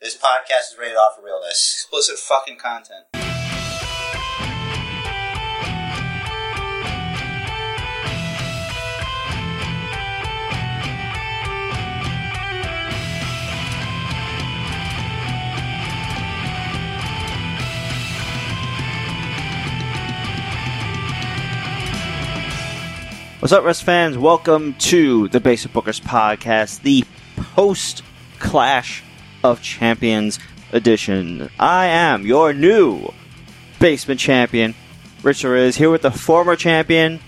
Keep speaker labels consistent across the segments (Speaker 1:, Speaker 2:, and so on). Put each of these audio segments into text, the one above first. Speaker 1: This podcast is rated off for realness.
Speaker 2: Explicit fucking content.
Speaker 3: What's up, Rust fans? Welcome to the Basic Bookers Podcast, the post Clash of Champions edition. I am your new basement champion, Richard is here with the former champion,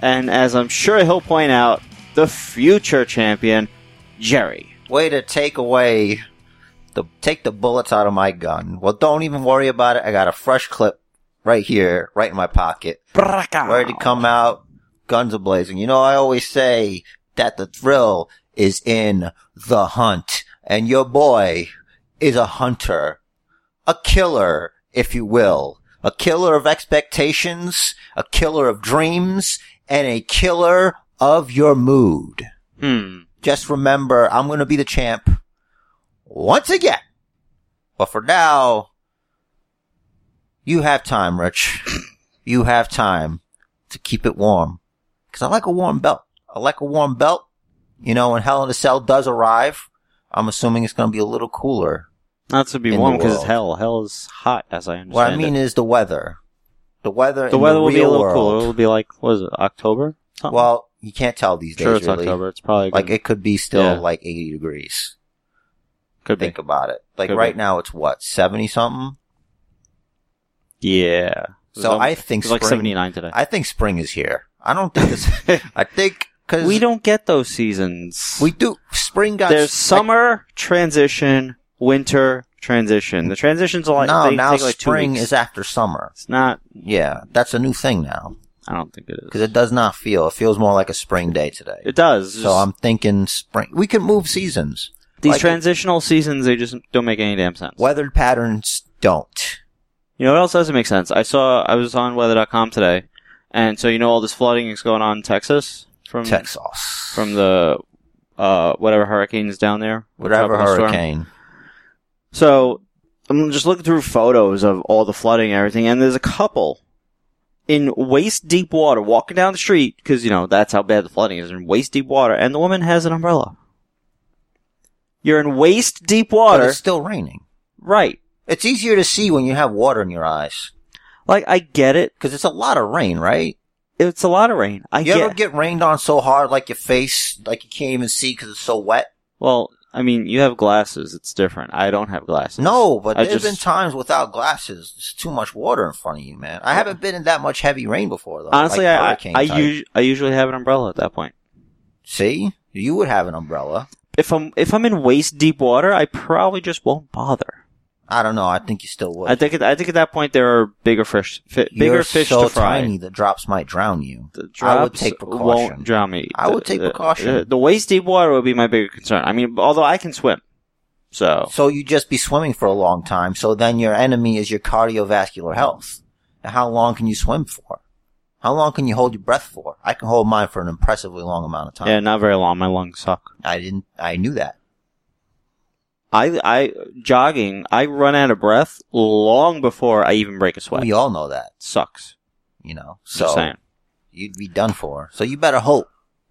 Speaker 3: and as I'm sure he'll point out, the future champion, Jerry.
Speaker 1: Way to take away the take the bullets out of my gun. Well, don't even worry about it. I got a fresh clip right here, right in my pocket, ready to come out, guns a blazing. You know, I always say that the thrill is in the hunt, and your boy is a hunter, a killer, if you will, a killer of expectations, a killer of dreams, and a killer of your mood
Speaker 3: Hmm.
Speaker 1: just remember I'm going to be the champ once again. But for now, you have time, Rich. You have time to keep it warm. Cause I like a warm belt. I like a warm belt. You know, when Hell in a Cell does arrive, I'm assuming it's going to be a little cooler.
Speaker 3: Not to be
Speaker 1: In the
Speaker 3: warm because it's
Speaker 1: world.
Speaker 3: hell. Hell is hot, as I understand
Speaker 1: What I mean
Speaker 3: it.
Speaker 1: is the weather. The weather.
Speaker 3: The
Speaker 1: in
Speaker 3: weather
Speaker 1: the
Speaker 3: will be a
Speaker 1: real
Speaker 3: little
Speaker 1: world-
Speaker 3: cooler. It'll be like, what is it, October? Something?
Speaker 1: Well, you can't tell these days.
Speaker 3: sure, it's
Speaker 1: really.
Speaker 3: October. It's probably
Speaker 1: Like
Speaker 3: good.
Speaker 1: it could be still
Speaker 3: Yeah.
Speaker 1: like 80 degrees.
Speaker 3: could be.
Speaker 1: think about it. Like
Speaker 3: Could
Speaker 1: right
Speaker 3: be.
Speaker 1: now, it's what seventy something.
Speaker 3: Yeah.
Speaker 1: So
Speaker 3: It was
Speaker 1: I think
Speaker 3: It's like
Speaker 1: spring-
Speaker 3: 79 today.
Speaker 1: I think spring is here. I don't think it's. I think because
Speaker 3: we don't get those seasons.
Speaker 1: We do. Spring got
Speaker 3: There's
Speaker 1: s-
Speaker 3: summer transition, winter transition. The transitions are
Speaker 1: Like,
Speaker 3: like
Speaker 1: no,
Speaker 3: they
Speaker 1: now
Speaker 3: take like two
Speaker 1: spring
Speaker 3: weeks.
Speaker 1: is after summer.
Speaker 3: It's not.
Speaker 1: Yeah, that's a new thing now
Speaker 3: I don't think it is.
Speaker 1: because it does not feel. It feels more like a spring day today.
Speaker 3: It does.
Speaker 1: so
Speaker 3: Just-
Speaker 1: I'm thinking spring. We can move seasons.
Speaker 3: these
Speaker 1: like-
Speaker 3: transitional seasons they just don't make any damn sense.
Speaker 1: Weather patterns don't.
Speaker 3: You know what else doesn't make sense? I saw I was on weather.com today, and so you know all this flooding is going on in Texas from
Speaker 1: Texas
Speaker 3: from the uh, whatever hurricanes down there,
Speaker 1: whatever
Speaker 3: tropical storm.
Speaker 1: hurricane.
Speaker 3: So I'm just looking through photos of all the flooding and everything, and there's a couple in waist deep water walking down the street because you know that's how bad the flooding is in waist deep water, and the woman has an umbrella. You're in waist deep
Speaker 1: But
Speaker 3: water,
Speaker 1: it's still raining.
Speaker 3: right?
Speaker 1: It's easier to see when you have water in your eyes
Speaker 3: Like I get it.
Speaker 1: because it's a lot of rain, right?
Speaker 3: It's a lot of rain. I
Speaker 1: you
Speaker 3: get.
Speaker 1: ever get rained on so hard, like your face, like you can't even see because it's so wet?
Speaker 3: well, I mean, you have glasses. It's different. I don't have glasses.
Speaker 1: No, but
Speaker 3: I
Speaker 1: there's
Speaker 3: just-
Speaker 1: been times without glasses. There's too much water in front of you, man. I haven't been in that much heavy rain before, though.
Speaker 3: Honestly,
Speaker 1: like
Speaker 3: I
Speaker 1: hurricane
Speaker 3: I, I,
Speaker 1: type.
Speaker 3: us- I usually have an umbrella at that point.
Speaker 1: see you would have an umbrella.
Speaker 3: If I'm if I'm in waist deep water, I probably just won't bother.
Speaker 1: I don't know. I think you still would.
Speaker 3: I think at, I think at that point there are bigger fish, fi-
Speaker 1: You're
Speaker 3: bigger fish
Speaker 1: so
Speaker 3: to fry.
Speaker 1: tiny the drops might drown you.
Speaker 3: The
Speaker 1: I would
Speaker 3: drops
Speaker 1: take precaution.
Speaker 3: Won't drown me.
Speaker 1: I would take
Speaker 3: The- the-
Speaker 1: precaution.
Speaker 3: The, waist deep water would be my bigger concern. I mean, although I can swim, so
Speaker 1: So you'd just be swimming for a long time. So then your enemy is your cardiovascular health. And how long can you swim for? How long can you hold your breath for? I can hold mine for an impressively long amount of time.
Speaker 3: yeah, not very long. My lungs suck.
Speaker 1: I didn't. I knew that.
Speaker 3: I I jogging. I run out of breath long before I even break a sweat.
Speaker 1: We all know that.
Speaker 3: Sucks.
Speaker 1: you know.
Speaker 3: So, Just
Speaker 1: So
Speaker 3: saying.
Speaker 1: you'd be done for. So you better hope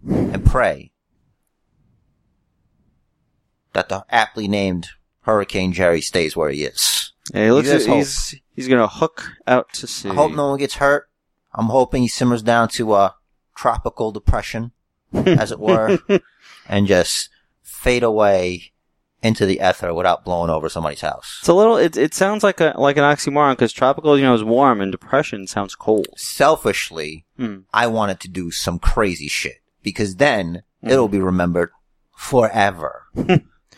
Speaker 1: and pray that the aptly named Hurricane Jerry stays where he is.
Speaker 3: Yeah, he looks.
Speaker 1: just hope.
Speaker 3: He's he's gonna hook out to sea.
Speaker 1: I hope no one gets hurt. I'm hoping he simmers down to a tropical depression, as it were, and just fade away into the ether without blowing over somebody's house.
Speaker 3: It's a little. It it sounds like a like an oxymoron because tropical, you know, is warm and depression sounds cold.
Speaker 1: Selfishly,
Speaker 3: Hmm.
Speaker 1: I wanted to do some crazy shit because then
Speaker 3: Hmm.
Speaker 1: it'll be remembered forever.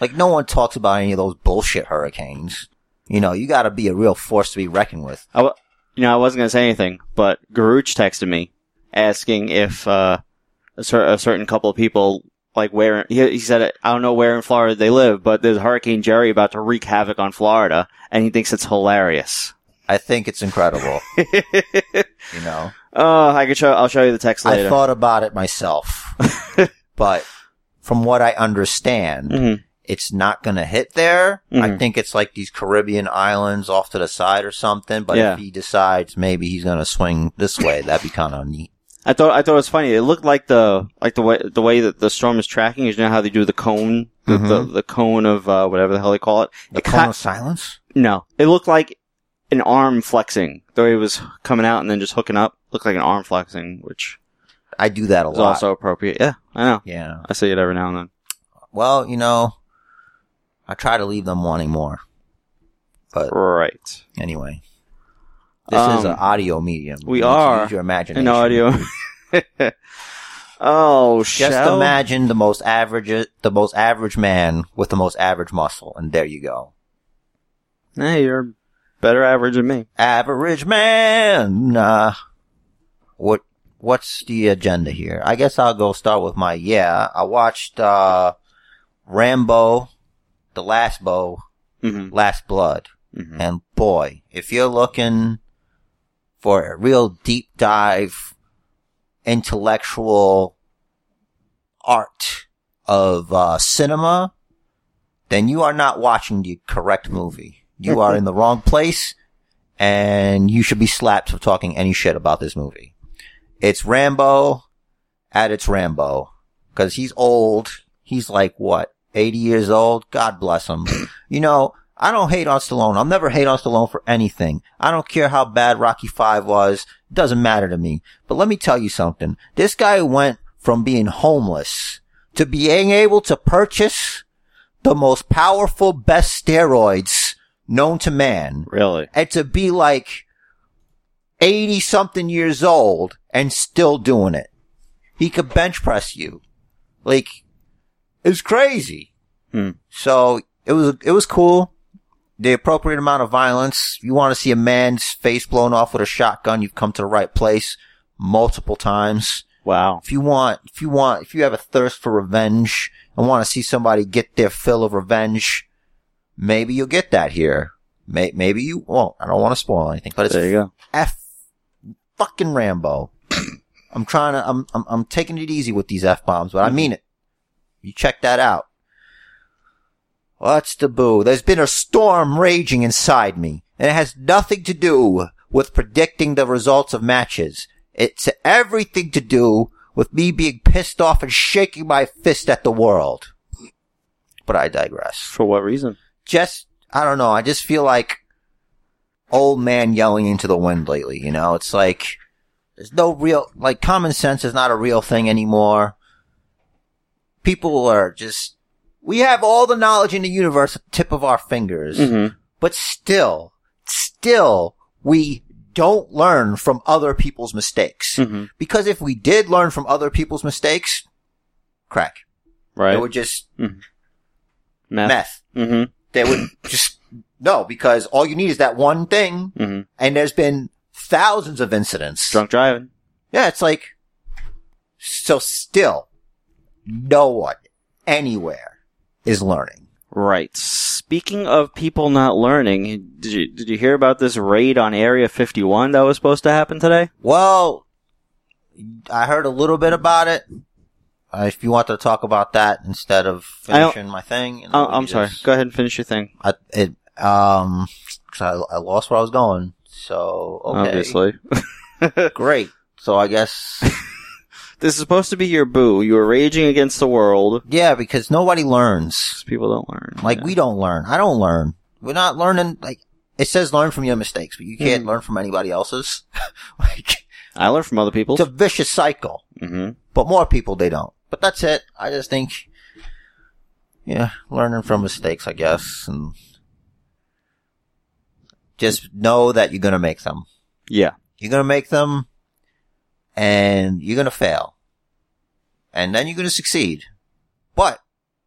Speaker 1: like no one talks about any of those bullshit hurricanes. You know, you got to be a real force to be reckoned with.
Speaker 3: I w- you know, I wasn't going to say anything, but Garuch texted me asking if uh, a, cer- a certain couple of people, like where, he, he said, I don't know where in Florida they live, but there's Hurricane Jerry about to wreak havoc on Florida, and he thinks it's hilarious.
Speaker 1: I think it's incredible.
Speaker 3: oh,
Speaker 1: you know,
Speaker 3: Uh, I could show, I'll show you the text
Speaker 1: I
Speaker 3: later.
Speaker 1: thought about it myself, but from what I understand,
Speaker 3: Mhm.
Speaker 1: it's not going to hit there. I
Speaker 3: Mhm.
Speaker 1: think it's like these Caribbean islands off to the side or something. But
Speaker 3: Yeah.
Speaker 1: if he decides maybe he's going to swing this way, that'd be kind of neat.
Speaker 3: I thought I thought it was funny. It looked like the like the way the way that the storm is tracking is you know how they do the cone, the, the, the cone of uh, whatever the hell they call it.
Speaker 1: Mm-hmm. The
Speaker 3: It
Speaker 1: cone
Speaker 3: ki-
Speaker 1: of silence?
Speaker 3: no, it looked like an arm flexing. The way it was coming out and then just hooking up looked like an arm flexing, which
Speaker 1: I do that a
Speaker 3: is
Speaker 1: lot.
Speaker 3: also appropriate. Yeah, I know.
Speaker 1: yeah.
Speaker 3: I see it every now and then.
Speaker 1: Well, you know, I try to leave them wanting more. But
Speaker 3: Right.
Speaker 1: anyway, this is
Speaker 3: Um,
Speaker 1: an audio medium.
Speaker 3: we
Speaker 1: You need to
Speaker 3: are
Speaker 1: Use your
Speaker 3: In
Speaker 1: imagination.
Speaker 3: audio. oh,
Speaker 1: Just
Speaker 3: shall
Speaker 1: imagine the most average, the most average man with the most average muscle, and there you go.
Speaker 3: Hey, you're better average than me.
Speaker 1: Average man. Nah. What? What's the agenda here? I guess I'll go start with my yeah. I watched uh Rambo, The Last Bow,
Speaker 3: Mm-hmm.
Speaker 1: Last Blood,
Speaker 3: Mhm.
Speaker 1: and boy, if you're looking for a real deep dive, intellectual art of uh, cinema, then you are not watching the correct movie. You are in the wrong place, and you should be slapped for talking any shit about this movie. It's Rambo at its Rambo, because he's old. He's like what, eighty years old? God bless him. you know, I don't hate on Stallone. I'll never hate on Stallone for anything. I don't care how bad Rocky Five was. It doesn't matter to me. But let me tell you something. This guy went from being homeless to being able to purchase the most powerful, best steroids known to man
Speaker 3: Really?
Speaker 1: and to be like 80 something years old and still doing it. He could bench press you. Like, it's crazy.
Speaker 3: Hmm.
Speaker 1: So it was, it was cool. The appropriate amount of violence. You want to see a man's face blown off with a shotgun. You've come to the right place multiple times
Speaker 3: Wow.
Speaker 1: if you want, if you want, if you have a thirst for revenge and want to see somebody get their fill of revenge, maybe you'll get that here. May- maybe you won't. I don't want to spoil anything, but it's
Speaker 3: There you go.
Speaker 1: F fucking Rambo. I'm trying to, I'm, I'm, I'm taking it easy with these F bombs, but I mean it. You check that out. What's the boo? There's been a storm raging inside me, and it has nothing to do with predicting the results of matches. It's everything to do with me being pissed off and shaking my fist at the world. But I digress
Speaker 3: For what reason?
Speaker 1: just I don't know. I just feel like old man yelling into the wind lately. You know, it's like there's no real like common sense is not a real thing anymore. People are just we have all the knowledge in the universe at the tip of our fingers,
Speaker 3: Mm-hmm.
Speaker 1: but still, still we don't learn from other people's mistakes.
Speaker 3: Mm-hmm.
Speaker 1: Because if we did learn from other people's mistakes, crack.
Speaker 3: Right.
Speaker 1: It would just
Speaker 3: Meth.
Speaker 1: meth.
Speaker 3: Mm-hmm.
Speaker 1: They would just no, because all you need is that one thing,
Speaker 3: Mm-hmm.
Speaker 1: and there's been thousands of incidents.
Speaker 3: Drunk driving.
Speaker 1: Yeah, it's like so. Still, no one anywhere is learning.
Speaker 3: Right. Speaking of people not learning, did you did you hear about this raid on Area 51 that was supposed to happen today?
Speaker 1: Well, I heard a little bit about it. Uh, if you want to talk about that instead of
Speaker 3: I don't-
Speaker 1: finishing my thing, you know,
Speaker 3: Oh,
Speaker 1: we
Speaker 3: I'm
Speaker 1: could
Speaker 3: sorry.
Speaker 1: just-
Speaker 3: Go ahead and finish your thing.
Speaker 1: I, it, um, 'cause I, I lost where I was going. So okay,
Speaker 3: Obviously.
Speaker 1: great. So I guess
Speaker 3: This is supposed to be your boo. You were raging against the world
Speaker 1: yeah, because nobody learns.
Speaker 3: because people don't learn.
Speaker 1: Like
Speaker 3: Yeah.
Speaker 1: we don't learn. I don't learn. We're not learning. Like it says, learn from your mistakes, but you can't learn from anybody else's. like
Speaker 3: I learn from other people.
Speaker 1: it's a vicious cycle.
Speaker 3: hmm
Speaker 1: But more people they don't. But that's it. I just think, yeah, learning from mistakes, I guess, and just know that you're gonna make them.
Speaker 3: Yeah.
Speaker 1: You're gonna make them, and you're gonna fail, and then you're gonna succeed. But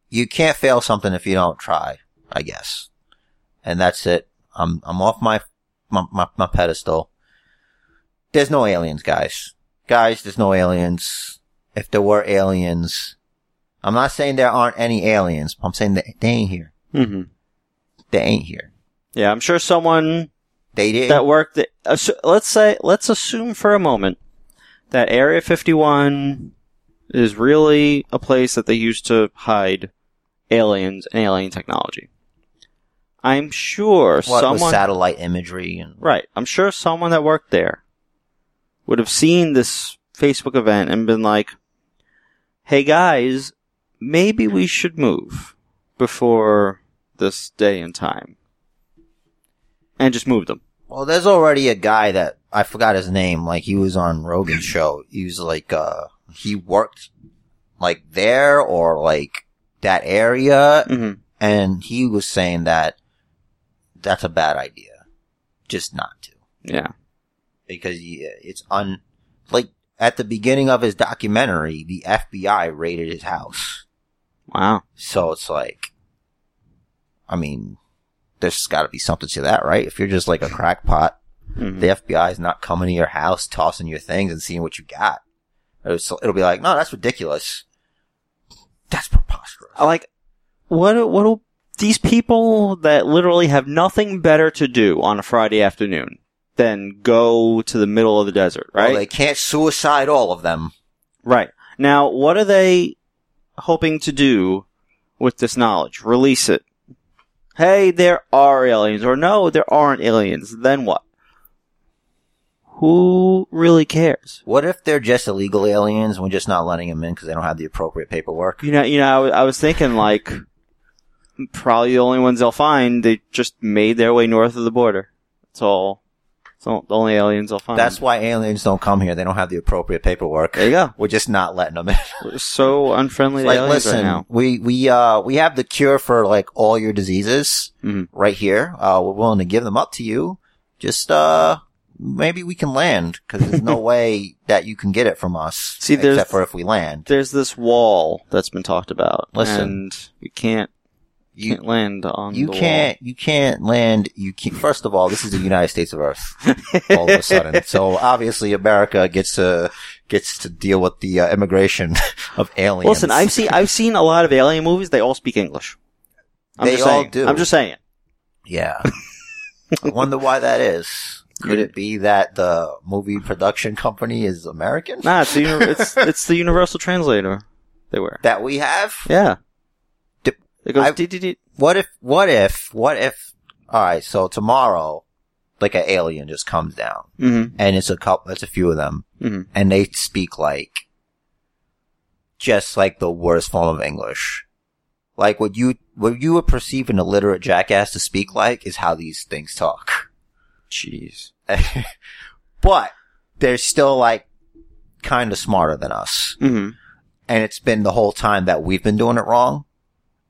Speaker 1: you can't fail something if you don't try, I guess. And that's it. I'm I'm off my my my, my pedestal. There's no aliens, guys. Guys, there's no aliens. If there were aliens, I'm not saying there aren't any aliens. But I'm saying that they ain't here.
Speaker 3: hmm
Speaker 1: They ain't here.
Speaker 3: Yeah. I'm sure someone
Speaker 1: They did.
Speaker 3: that worked. That, assu- let's say, let's assume for a moment that Area 51 is really a place that they used to hide aliens and alien technology. I'm sure
Speaker 1: What, with
Speaker 3: someone
Speaker 1: satellite imagery and
Speaker 3: Right. I'm sure someone that worked there would have seen this Facebook event and been like, hey guys, maybe we should move before this day and time. And just moved them.
Speaker 1: Well, there's already a guy that I forgot his name. Like he was on Rogan's show. He was like, uh, he worked like there or like that area,
Speaker 3: Mm-hmm.
Speaker 1: and he was saying that that's a bad idea, just not to
Speaker 3: Yeah.
Speaker 1: because y- it's un like at the beginning of his documentary, the FBI raided his house,
Speaker 3: Wow.
Speaker 1: so it's like, I mean, there's got to be something to that, right? If you're just like a crackpot
Speaker 3: Mhm.
Speaker 1: the FBI is not coming to your house, tossing your things, and seeing what you got. It'll, so- it'll be like, no, that's ridiculous. That's preposterous.
Speaker 3: I Like, what, do- what, do- these people that literally have nothing better to do on a Friday afternoon than go to the middle of the desert, right?
Speaker 1: Well, they can't suicide all of them.
Speaker 3: Right. Now, what are they hoping to do with this knowledge? Release it. Hey, there are aliens, or no, there aren't aliens. Then what? Who really cares?
Speaker 1: What if they're just illegal aliens and we're just not letting them in because they don't have the appropriate paperwork?
Speaker 3: You know, you know. I wa- I was thinking like, probably the only ones they'll find they just made their way north of the border. That's all. It's all- the only aliens they'll find.
Speaker 1: That's why aliens don't come here. They don't have the appropriate paperwork.
Speaker 3: there you go.
Speaker 1: We're just not letting them in.
Speaker 3: We're so unfriendly to
Speaker 1: like,
Speaker 3: aliens right
Speaker 1: listen,
Speaker 3: now.
Speaker 1: we we uh we have the cure for like all your diseases
Speaker 3: Mhm.
Speaker 1: right here. Uh, we're willing to give them up to you. Just uh, maybe we can land because there's no way that you can get it from us.
Speaker 3: See, there's-
Speaker 1: except for if we land.
Speaker 3: There's this wall that's been talked about.
Speaker 1: Listen.
Speaker 3: and we can't you
Speaker 1: You
Speaker 3: can't land on
Speaker 1: you
Speaker 3: the
Speaker 1: can't you can't land. You can First of all, this is the United States of Earth. All of a sudden, so obviously America gets to gets to deal with the uh, immigration of aliens.
Speaker 3: Wall. Listen, I've seen I've seen a lot of alien movies. They all speak English. I'm
Speaker 1: They
Speaker 3: just
Speaker 1: all
Speaker 3: saying.
Speaker 1: do.
Speaker 3: I'm just saying. it.
Speaker 1: Yeah. I wonder why that is. Could it be that the movie production company is American?
Speaker 3: Nah, it's the, uni- it's it's the universal translator. They were.
Speaker 1: That we have?
Speaker 3: Yeah.
Speaker 1: Dip-
Speaker 3: It goes.
Speaker 1: I-
Speaker 3: "Dee, dee, dee."
Speaker 1: What if, what if, what if, alright, so tomorrow, like an alien just comes down,
Speaker 3: Mhm,
Speaker 1: and it's a couple, it's a few of them,
Speaker 3: mhm.
Speaker 1: and they speak like, just like the worst form of English. Like what you, what you would perceive an illiterate jackass to speak like is how these things talk.
Speaker 3: Jeez.
Speaker 1: but they're still like kind of smarter than us.
Speaker 3: Mhm.
Speaker 1: And it's been the whole time that we've been doing it wrong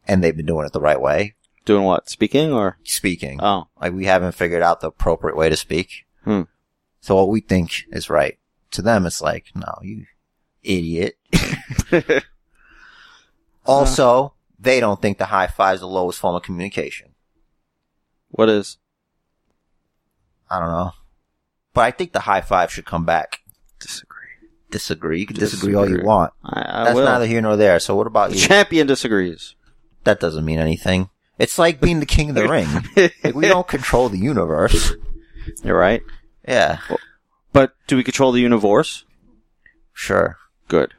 Speaker 1: and they've been doing it the right way
Speaker 3: Doing what? Speaking or?
Speaker 1: speaking.
Speaker 3: Oh.
Speaker 1: like we haven't figured out the appropriate way to speak.
Speaker 3: Hmm.
Speaker 1: So what we think is right to them, it's like, no, you idiot. Also, they don't think the high five is the lowest form of communication.
Speaker 3: what is?
Speaker 1: I don't know. But I think the high five should come back.
Speaker 3: Disagree.
Speaker 1: Disagree. You can disagree all you
Speaker 3: Disagree.
Speaker 1: want.
Speaker 3: I, I
Speaker 1: That's
Speaker 3: will.
Speaker 1: neither here nor there. So what about
Speaker 3: The
Speaker 1: you?
Speaker 3: champion disagrees.
Speaker 1: that doesn't mean anything. It's like being the king of the ring. Like, we don't control the universe.
Speaker 3: You're right.
Speaker 1: Yeah,
Speaker 3: But do we control the universe?
Speaker 1: sure.
Speaker 3: Good.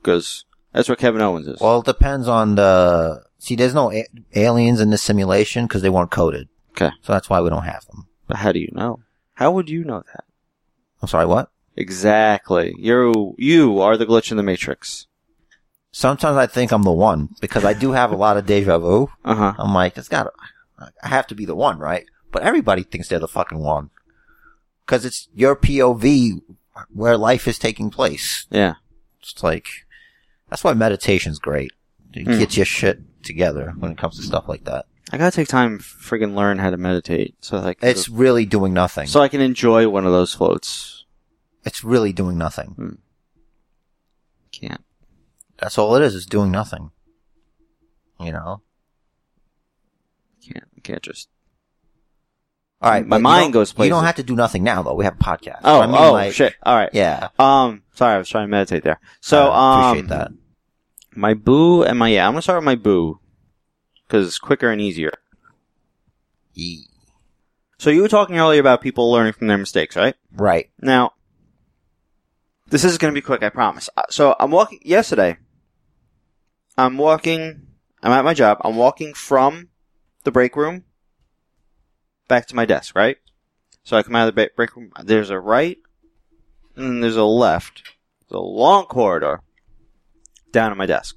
Speaker 3: Because that's what Kevin Owens is.
Speaker 1: Well, it depends on the. See, there's no a- aliens in this simulation because they weren't coded.
Speaker 3: Okay.
Speaker 1: So that's why we don't have them.
Speaker 3: But how do you know? How would you know that?
Speaker 1: I'm sorry, what?
Speaker 3: Exactly. You you are the glitch in the matrix.
Speaker 1: Sometimes I think I'm the one because I do have a lot of deja vu.
Speaker 3: Uh huh.
Speaker 1: I'm like, it's gotta, I have to be the one, right? But everybody thinks they're the fucking one. Cause it's your POV where life is taking place.
Speaker 3: Yeah.
Speaker 1: It's like that's why meditation's great. It
Speaker 3: Hmm.
Speaker 1: gets your shit together when it comes to stuff like that.
Speaker 3: I gotta take time to friggin' learn how to meditate so like
Speaker 1: It's really doing nothing.
Speaker 3: so I can enjoy one of those floats.
Speaker 1: it's really doing nothing.
Speaker 3: Can't.
Speaker 1: That's all it is. It's doing nothing. You know.
Speaker 3: Can't. Can't just.
Speaker 1: All right,
Speaker 3: My
Speaker 1: but you
Speaker 3: mind
Speaker 1: don't-
Speaker 3: goes
Speaker 1: You
Speaker 3: places.
Speaker 1: don't have to do nothing now, though. We have a podcast.
Speaker 3: Oh.
Speaker 1: I mean,
Speaker 3: oh.
Speaker 1: like,
Speaker 3: shit. All right.
Speaker 1: Yeah. Uh,
Speaker 3: Um. Sorry, I was trying to meditate there. So um,
Speaker 1: I appreciate that.
Speaker 3: My boo and my yeah. I'm gonna start with my boo because it's quicker and easier.
Speaker 1: Ye-
Speaker 3: So you were talking earlier about people learning from their mistakes, right?
Speaker 1: Right.
Speaker 3: Now, this is going to be quick, I promise. Uh, So I'm walking yesterday. I'm walking I'm at my job. I'm walking from the break room back to my desk, right? So I come out of the ba- break room. There's a right, and then there's a left. It's a long corridor down to my desk.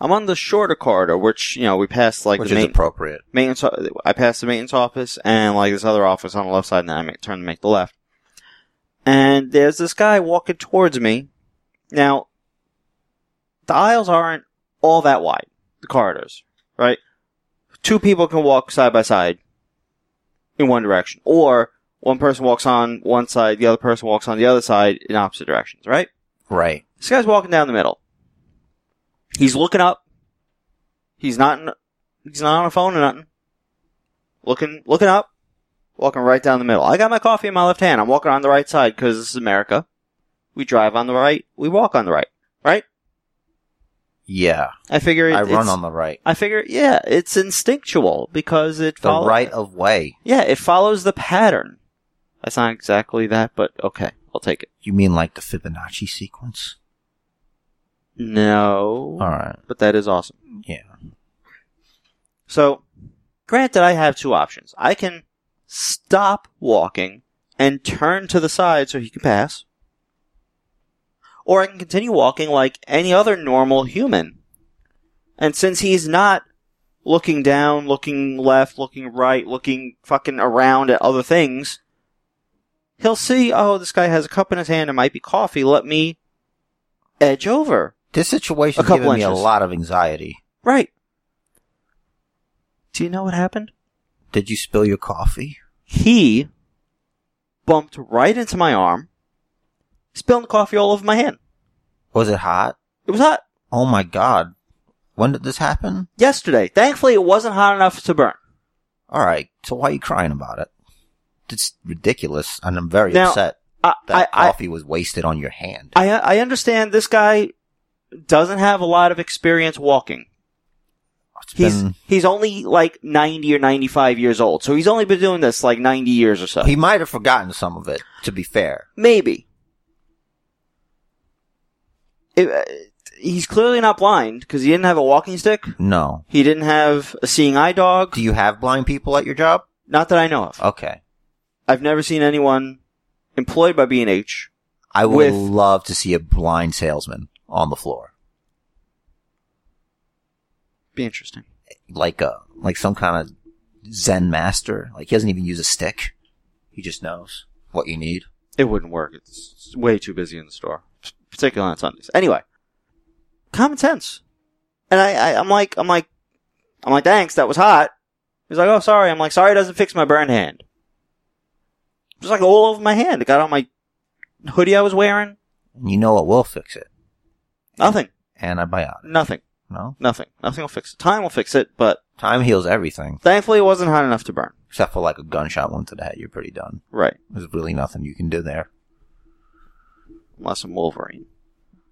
Speaker 3: I'm on the shorter corridor, which you know we passed like
Speaker 1: which
Speaker 3: the
Speaker 1: is
Speaker 3: main
Speaker 1: appropriate.
Speaker 3: maintenance. I passed the maintenance office and like this other office on the left side, and then I make, turn to make the left. And there's this guy walking towards me. Now, the aisles aren't all that wide, the corridors, right? Two people can walk side by side in one direction, or one person walks on one side, the other person walks on the other side in opposite directions, right?
Speaker 1: Right.
Speaker 3: This guy's walking down the middle. He's looking up. He's not. In, he's not on a phone or nothing. Looking, looking up, walking right down the middle. I got my coffee in my left hand. I'm walking on the right side because this is America. We drive on the right. We walk on the right.
Speaker 1: Yeah.
Speaker 3: I figure. It,
Speaker 1: I run
Speaker 3: it's-
Speaker 1: on the right.
Speaker 3: I figure. Yeah, it's instinctual because it
Speaker 1: The
Speaker 3: follows.
Speaker 1: right of way.
Speaker 3: Yeah, it follows the pattern. That's not exactly that, but okay, I'll take it.
Speaker 1: You mean like the Fibonacci sequence?
Speaker 3: No.
Speaker 1: All right.
Speaker 3: but that is awesome.
Speaker 1: Yeah.
Speaker 3: So, granted, I have two options. I can stop walking and turn to the side so he can pass, or I can continue walking like any other normal human. And since he's not looking down, looking left, looking right, looking fucking around at other things, he'll see, oh, this guy has a cup in his hand, it might be coffee, let me edge over.
Speaker 1: This situation
Speaker 3: A couple
Speaker 1: giving me a
Speaker 3: inches.
Speaker 1: lot of anxiety.
Speaker 3: Right. Do you know what happened?
Speaker 1: Did you spill your coffee?
Speaker 3: He bumped right into my arm, spilling coffee all over my hand.
Speaker 1: Was it hot?
Speaker 3: It was hot
Speaker 1: Oh my god. When did this happen?
Speaker 3: yesterday. Thankfully, it wasn't hot enough to burn.
Speaker 1: All right. So why are you crying about it? It's ridiculous, and I'm very
Speaker 3: Now,
Speaker 1: upset
Speaker 3: I,
Speaker 1: that
Speaker 3: I,
Speaker 1: coffee was wasted on your hand.
Speaker 3: I, I, I understand this guy doesn't have a lot of experience walking.
Speaker 1: It's
Speaker 3: He's
Speaker 1: been-
Speaker 3: he's only like ninety or ninety five years old, so he's only been doing this like ninety years or so.
Speaker 1: he might have forgotten some of it. To be fair,
Speaker 3: Maybe. It, uh, he's clearly not blind because he didn't have a walking stick.
Speaker 1: no.
Speaker 3: He didn't have a seeing eye dog.
Speaker 1: Do you have blind people at your job?
Speaker 3: Not that I know of.
Speaker 1: Okay.
Speaker 3: I've never seen anyone employed by B&H.
Speaker 1: I would
Speaker 3: With-
Speaker 1: love to see a blind salesman on the floor,
Speaker 3: Be interesting.
Speaker 1: like a like some kind of Zen master. Like he doesn't even use a stick; he just knows what you need.
Speaker 3: It wouldn't work. It's it's way too busy in the store, particularly on Sundays. Anyway, common sense. And I, I, I'm like, I'm like, I'm like, thanks, that was hot. He's like, oh, sorry. I'm like, sorry, it doesn't fix my burn hand. It was like all over my hand. It got on my hoodie I was wearing.
Speaker 1: And you know what will fix it?
Speaker 3: Nothing,
Speaker 1: Antibiotic.
Speaker 3: nothing,
Speaker 1: No,
Speaker 3: nothing, nothing will fix it. Time will fix it, but
Speaker 1: time heals everything,
Speaker 3: thankfully it wasn't hot enough to burn.
Speaker 1: except for like a gunshot wound to the head. You're pretty done.
Speaker 3: Right,
Speaker 1: There's really nothing you can do there,
Speaker 3: unless I'm Wolverine.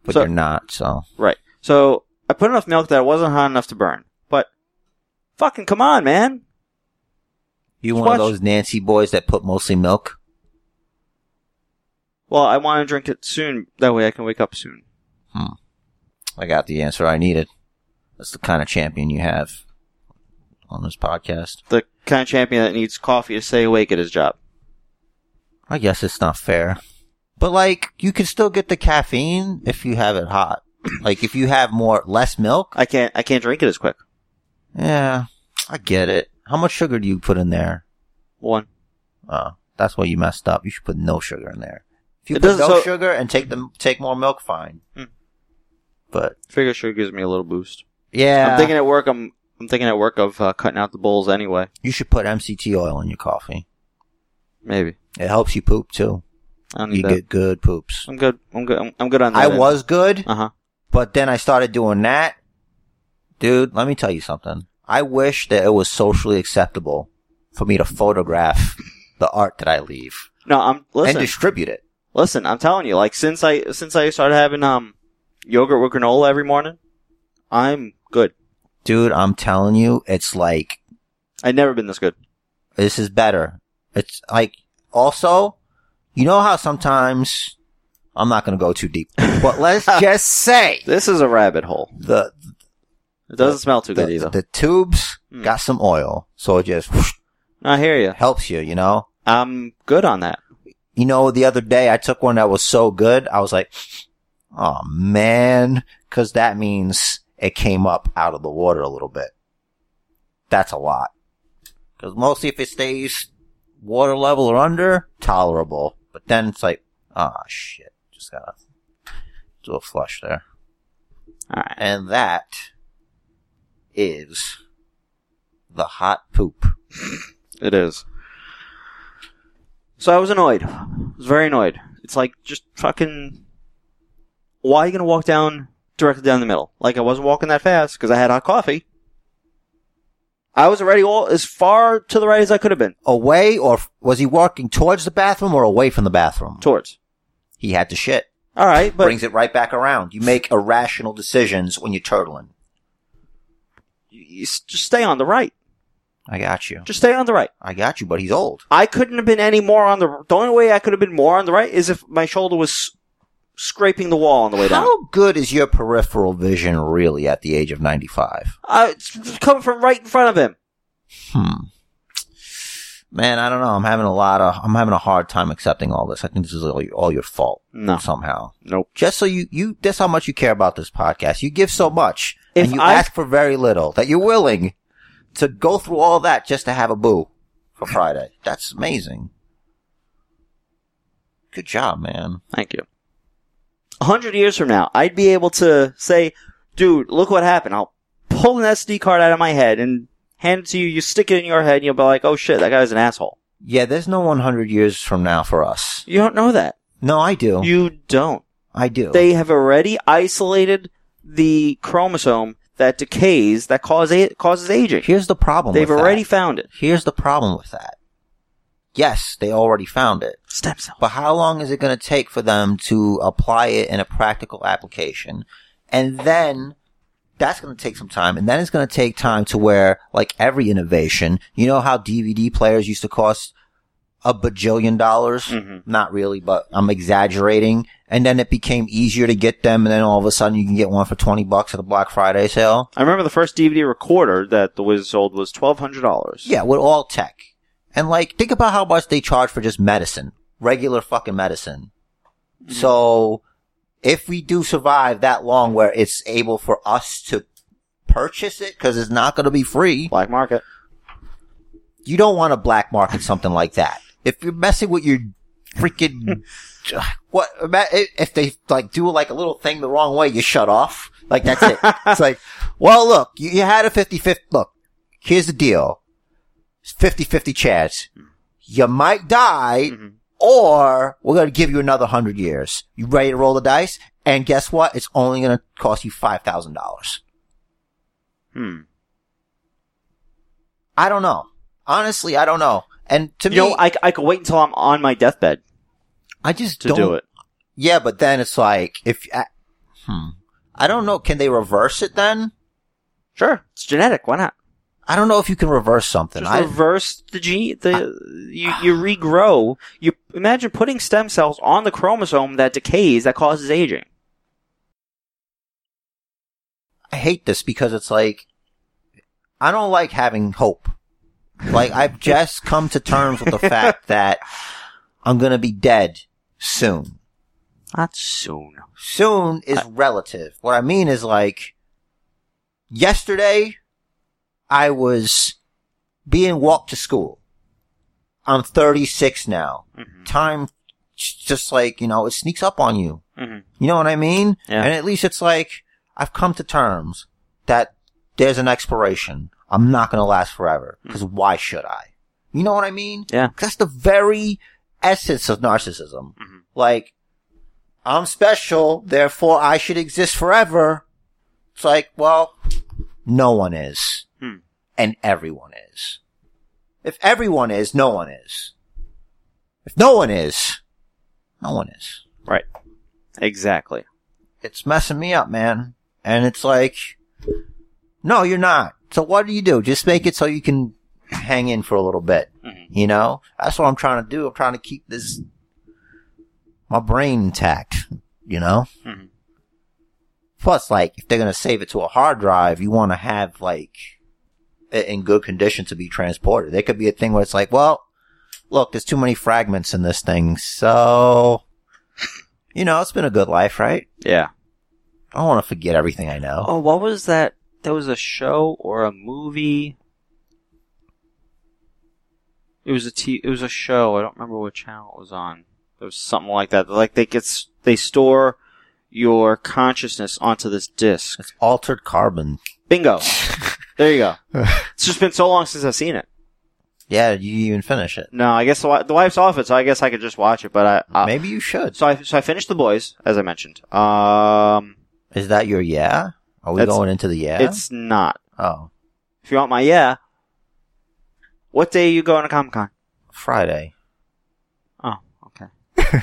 Speaker 1: but
Speaker 3: So-
Speaker 1: you're not. So
Speaker 3: Right. So I put enough milk that it wasn't hot enough to burn. But fucking come on, man.
Speaker 1: you
Speaker 3: Just
Speaker 1: one of
Speaker 3: watch-
Speaker 1: those Nancy boys that put mostly milk.
Speaker 3: Well, I want to drink it soon. That way I can wake up soon.
Speaker 1: I got the answer I needed. That's the kind of champion you have on this podcast.
Speaker 3: The kind of champion that needs coffee to stay awake at his job.
Speaker 1: I guess it's not fair. But like, you can still get the caffeine if you have it hot. Like, if you have more, less milk,
Speaker 3: I can't. I can't drink it as quick.
Speaker 1: yeah, I get it. How much sugar do you put in there?
Speaker 3: One.
Speaker 1: Uh, that's why you messed up. You should put no sugar in there. If you
Speaker 3: It
Speaker 1: put
Speaker 3: doesn't-
Speaker 1: no
Speaker 3: so-
Speaker 1: sugar and take the, take more milk, fine.
Speaker 3: Hmm.
Speaker 1: But,
Speaker 3: Figure sugar gives me a little boost.
Speaker 1: yeah,
Speaker 3: I'm thinking at work. I'm. I'm thinking at work of uh, cutting out the bowls anyway.
Speaker 1: you should put MCT oil in your coffee.
Speaker 3: Maybe.
Speaker 1: It helps you poop too.
Speaker 3: I don't need
Speaker 1: You
Speaker 3: that.
Speaker 1: get good poops.
Speaker 3: I'm good. I'm good. I'm, I'm good on that.
Speaker 1: I was good.
Speaker 3: Uh huh.
Speaker 1: But then I started doing that. Dude, let me tell you something. I wish that it was socially acceptable for me to photograph the art that I leave
Speaker 3: No, I'm. Listen.
Speaker 1: and distribute it.
Speaker 3: Listen, I'm telling you, like since I since I started having um yogurt with granola every morning, I'm good.
Speaker 1: Dude, I'm telling you, it's like,
Speaker 3: I've never been this good.
Speaker 1: this is better. It's like, also, you know how sometimes, I'm not gonna go too deep, but let's just say
Speaker 3: This is a rabbit hole.
Speaker 1: the,
Speaker 3: It doesn't smell too
Speaker 1: The,
Speaker 3: good either.
Speaker 1: the tubes
Speaker 3: Hmm.
Speaker 1: got some oil, so it just whoosh,
Speaker 3: I hear you.
Speaker 1: helps you, you know?
Speaker 3: I'm good on that.
Speaker 1: You know, the other day I took one that was so good, I was like, oh man, cause that means it came up out of the water a little bit. That's a lot. Cause mostly if it stays water level or under, tolerable. But then it's like, ah shit, just gotta do a flush there.
Speaker 3: All right.
Speaker 1: And that is the hot poop.
Speaker 3: It is. So I was annoyed. I was very annoyed. It's like just fucking. Why are you gonna walk down directly down the middle? Like I wasn't walking that fast because I had hot coffee. I was already all as far to the right as I could have been
Speaker 1: Away or f- was he walking towards the bathroom or away from the bathroom?
Speaker 3: towards.
Speaker 1: He had to shit.
Speaker 3: All right, but
Speaker 1: brings it right back around. You make irrational decisions when you're turtling.
Speaker 3: you- you s- just stay on the right.
Speaker 1: I got you.
Speaker 3: Just stay on the right.
Speaker 1: I got you, but he's old.
Speaker 3: I couldn't have been any more on the. The only way I could have been more on the right is if my shoulder was s- scraping the wall on the way down.
Speaker 1: How good is your peripheral vision really at the age of 95?
Speaker 3: Uh, it's coming from right in front of him.
Speaker 1: Hmm. Man, I don't know. I'm having a lot of, I'm having a hard time accepting all this. I think this is all, all your fault
Speaker 3: No,
Speaker 1: somehow.
Speaker 3: nope.
Speaker 1: Just so you, you, that's how much you care about this podcast. You give so much
Speaker 3: If
Speaker 1: and you
Speaker 3: I-
Speaker 1: ask for very little that you're willing to go through all that just to have a boo for Friday. That's amazing. Good job, man.
Speaker 3: Thank you. A hundred years from now, I'd be able to say, dude, look what happened. I'll pull an SD card out of my head and hand it to you. You stick it in your head and you'll be like, oh shit, that guy was an asshole.
Speaker 1: Yeah, there's no 100 years from now for us.
Speaker 3: You don't know that.
Speaker 1: No, I do.
Speaker 3: You don't.
Speaker 1: I do.
Speaker 3: They have already isolated the chromosome that decays, that cause a- causes aging.
Speaker 1: Here's the problem
Speaker 3: They've
Speaker 1: with
Speaker 3: already
Speaker 1: that.
Speaker 3: found it.
Speaker 1: Here's the problem with that. Yes, they already found it.
Speaker 3: Stem cell.
Speaker 1: But how long is it going to take for them to apply it in a practical application? And then that's going to take some time. And then it's going to take time to where, like every innovation, you know how DVD players used to cost a bajillion dollars?
Speaker 3: Mhm.
Speaker 1: Not really, but I'm exaggerating. And then it became easier to get them. And then all of a sudden you can get one for 20 bucks at a Black Friday sale. I
Speaker 3: I remember the first DVD recorder that the Wiz sold was twelve hundred dollars.
Speaker 1: Yeah, with all tech. And like, think about how much they charge for just medicine. Regular fucking medicine. So, if we do survive that long where it's able for us to purchase it, cause it's not gonna be free,
Speaker 3: Black market.
Speaker 1: you don't want to black market something like that. If you're messing with your freaking, what, ima- if they like do like a little thing the wrong way, you shut off. Like that's it. it's like, well, look, you, you had a 50-50, look, here's the deal. It's 50-50 chance. You might die
Speaker 3: Mhm.
Speaker 1: or we're going to give you another hundred years. You ready to roll the dice? And guess what? It's only going to cost you $5,000.
Speaker 3: Hmm.
Speaker 1: I don't know. Honestly, I don't know. And to
Speaker 3: You
Speaker 1: me,
Speaker 3: know, I, I could wait until I'm on my deathbed
Speaker 1: I just
Speaker 3: to
Speaker 1: don't
Speaker 3: do it.
Speaker 1: Yeah, but then it's like if I, hmm, I don't know. Can they reverse it then?
Speaker 3: Sure, it's genetic. Why not?
Speaker 1: I don't know if you can reverse something.
Speaker 3: Just
Speaker 1: I,
Speaker 3: reverse the gene. The you you regrow. You imagine putting stem cells on the chromosome that decays that causes aging.
Speaker 1: I hate this because it's like I don't like having hope. Like I've just come to terms with the fact that I'm gonna be dead soon.
Speaker 3: Not soon.
Speaker 1: Soon is relative. What I mean is like yesterday I was being walked to school. I'm 36 now.
Speaker 3: Mm-hmm.
Speaker 1: time j- just like, you know, it sneaks up on you.
Speaker 3: Mm-hmm.
Speaker 1: You know what I mean?
Speaker 3: Yeah.
Speaker 1: And at least it's like, I've come to terms that there's an expiration. I'm not going to last forever. Cause why should I? You know what I mean?
Speaker 3: Hmm. Yeah.
Speaker 1: 'Cause That's the very essence of narcissism.
Speaker 3: Mhm.
Speaker 1: Like, I'm special, therefore I should exist forever. It's like, well, no one is.
Speaker 3: Hmm.
Speaker 1: And everyone is. If everyone is, no one is. If no one is, no one is.
Speaker 3: Right. Exactly.
Speaker 1: It's messing me up, man. And it's like, no, you're not. So what do you do? Just make it so you can hang in for a little bit.
Speaker 3: Mhm.
Speaker 1: You know? That's what I'm trying to do. I'm trying to keep this, my brain intact. You know?
Speaker 3: Mhm.
Speaker 1: Plus, like, if they're gonna save it to a hard drive, you wanna have, like, it in good condition to be transported. There could be a thing where it's like, well, look, there's too many fragments in this thing, so, you know, it's been a good life, right?
Speaker 3: Yeah.
Speaker 1: I don't wanna forget everything I know.
Speaker 3: Oh, what was that? There was a show or a movie. It was a t. It was a show. I don't remember what channel it was on. It was something like that. Like they get s- they store your consciousness onto this disc.
Speaker 1: It's altered carbon.
Speaker 3: Bingo. There you go. it's just been so long since I've seen it.
Speaker 1: Yeah, you didn't even finish it.
Speaker 3: No, I guess the, wi- the wife's off it, so I guess I could just watch it. But I, I
Speaker 1: Maybe you should.
Speaker 3: so I so I finished the boys as I mentioned. Um,
Speaker 1: Is that your yeah? Are we
Speaker 3: That's-
Speaker 1: going into the yeah?
Speaker 3: it's not.
Speaker 1: oh,
Speaker 3: If you want my yeah, what day are you going to Comic Con?
Speaker 1: Friday.
Speaker 3: Oh, okay.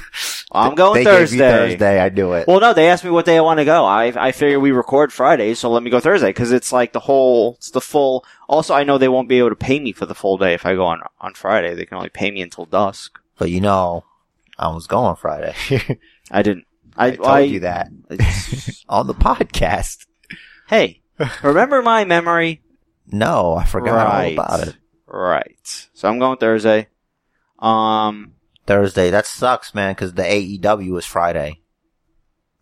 Speaker 3: I'm going
Speaker 1: They gave
Speaker 3: Thursday.
Speaker 1: you Thursday, I do it.
Speaker 3: Well, no, they asked me what day I want to go. I I figure we record Friday, so let me go Thursday because it's like the whole, it's the full. Also, I know they won't be able to pay me for the full day if I go on on Friday. They can only pay me until dusk.
Speaker 1: but you know, I was going Friday.
Speaker 3: I didn't. I,
Speaker 1: I told you that
Speaker 3: that.
Speaker 1: on the podcast.
Speaker 3: hey, remember my memory?
Speaker 1: No, I forgot
Speaker 3: right.
Speaker 1: all about it.
Speaker 3: Right. So I'm going Thursday. Um.
Speaker 1: Thursday. That sucks, man, because the AEW is Friday.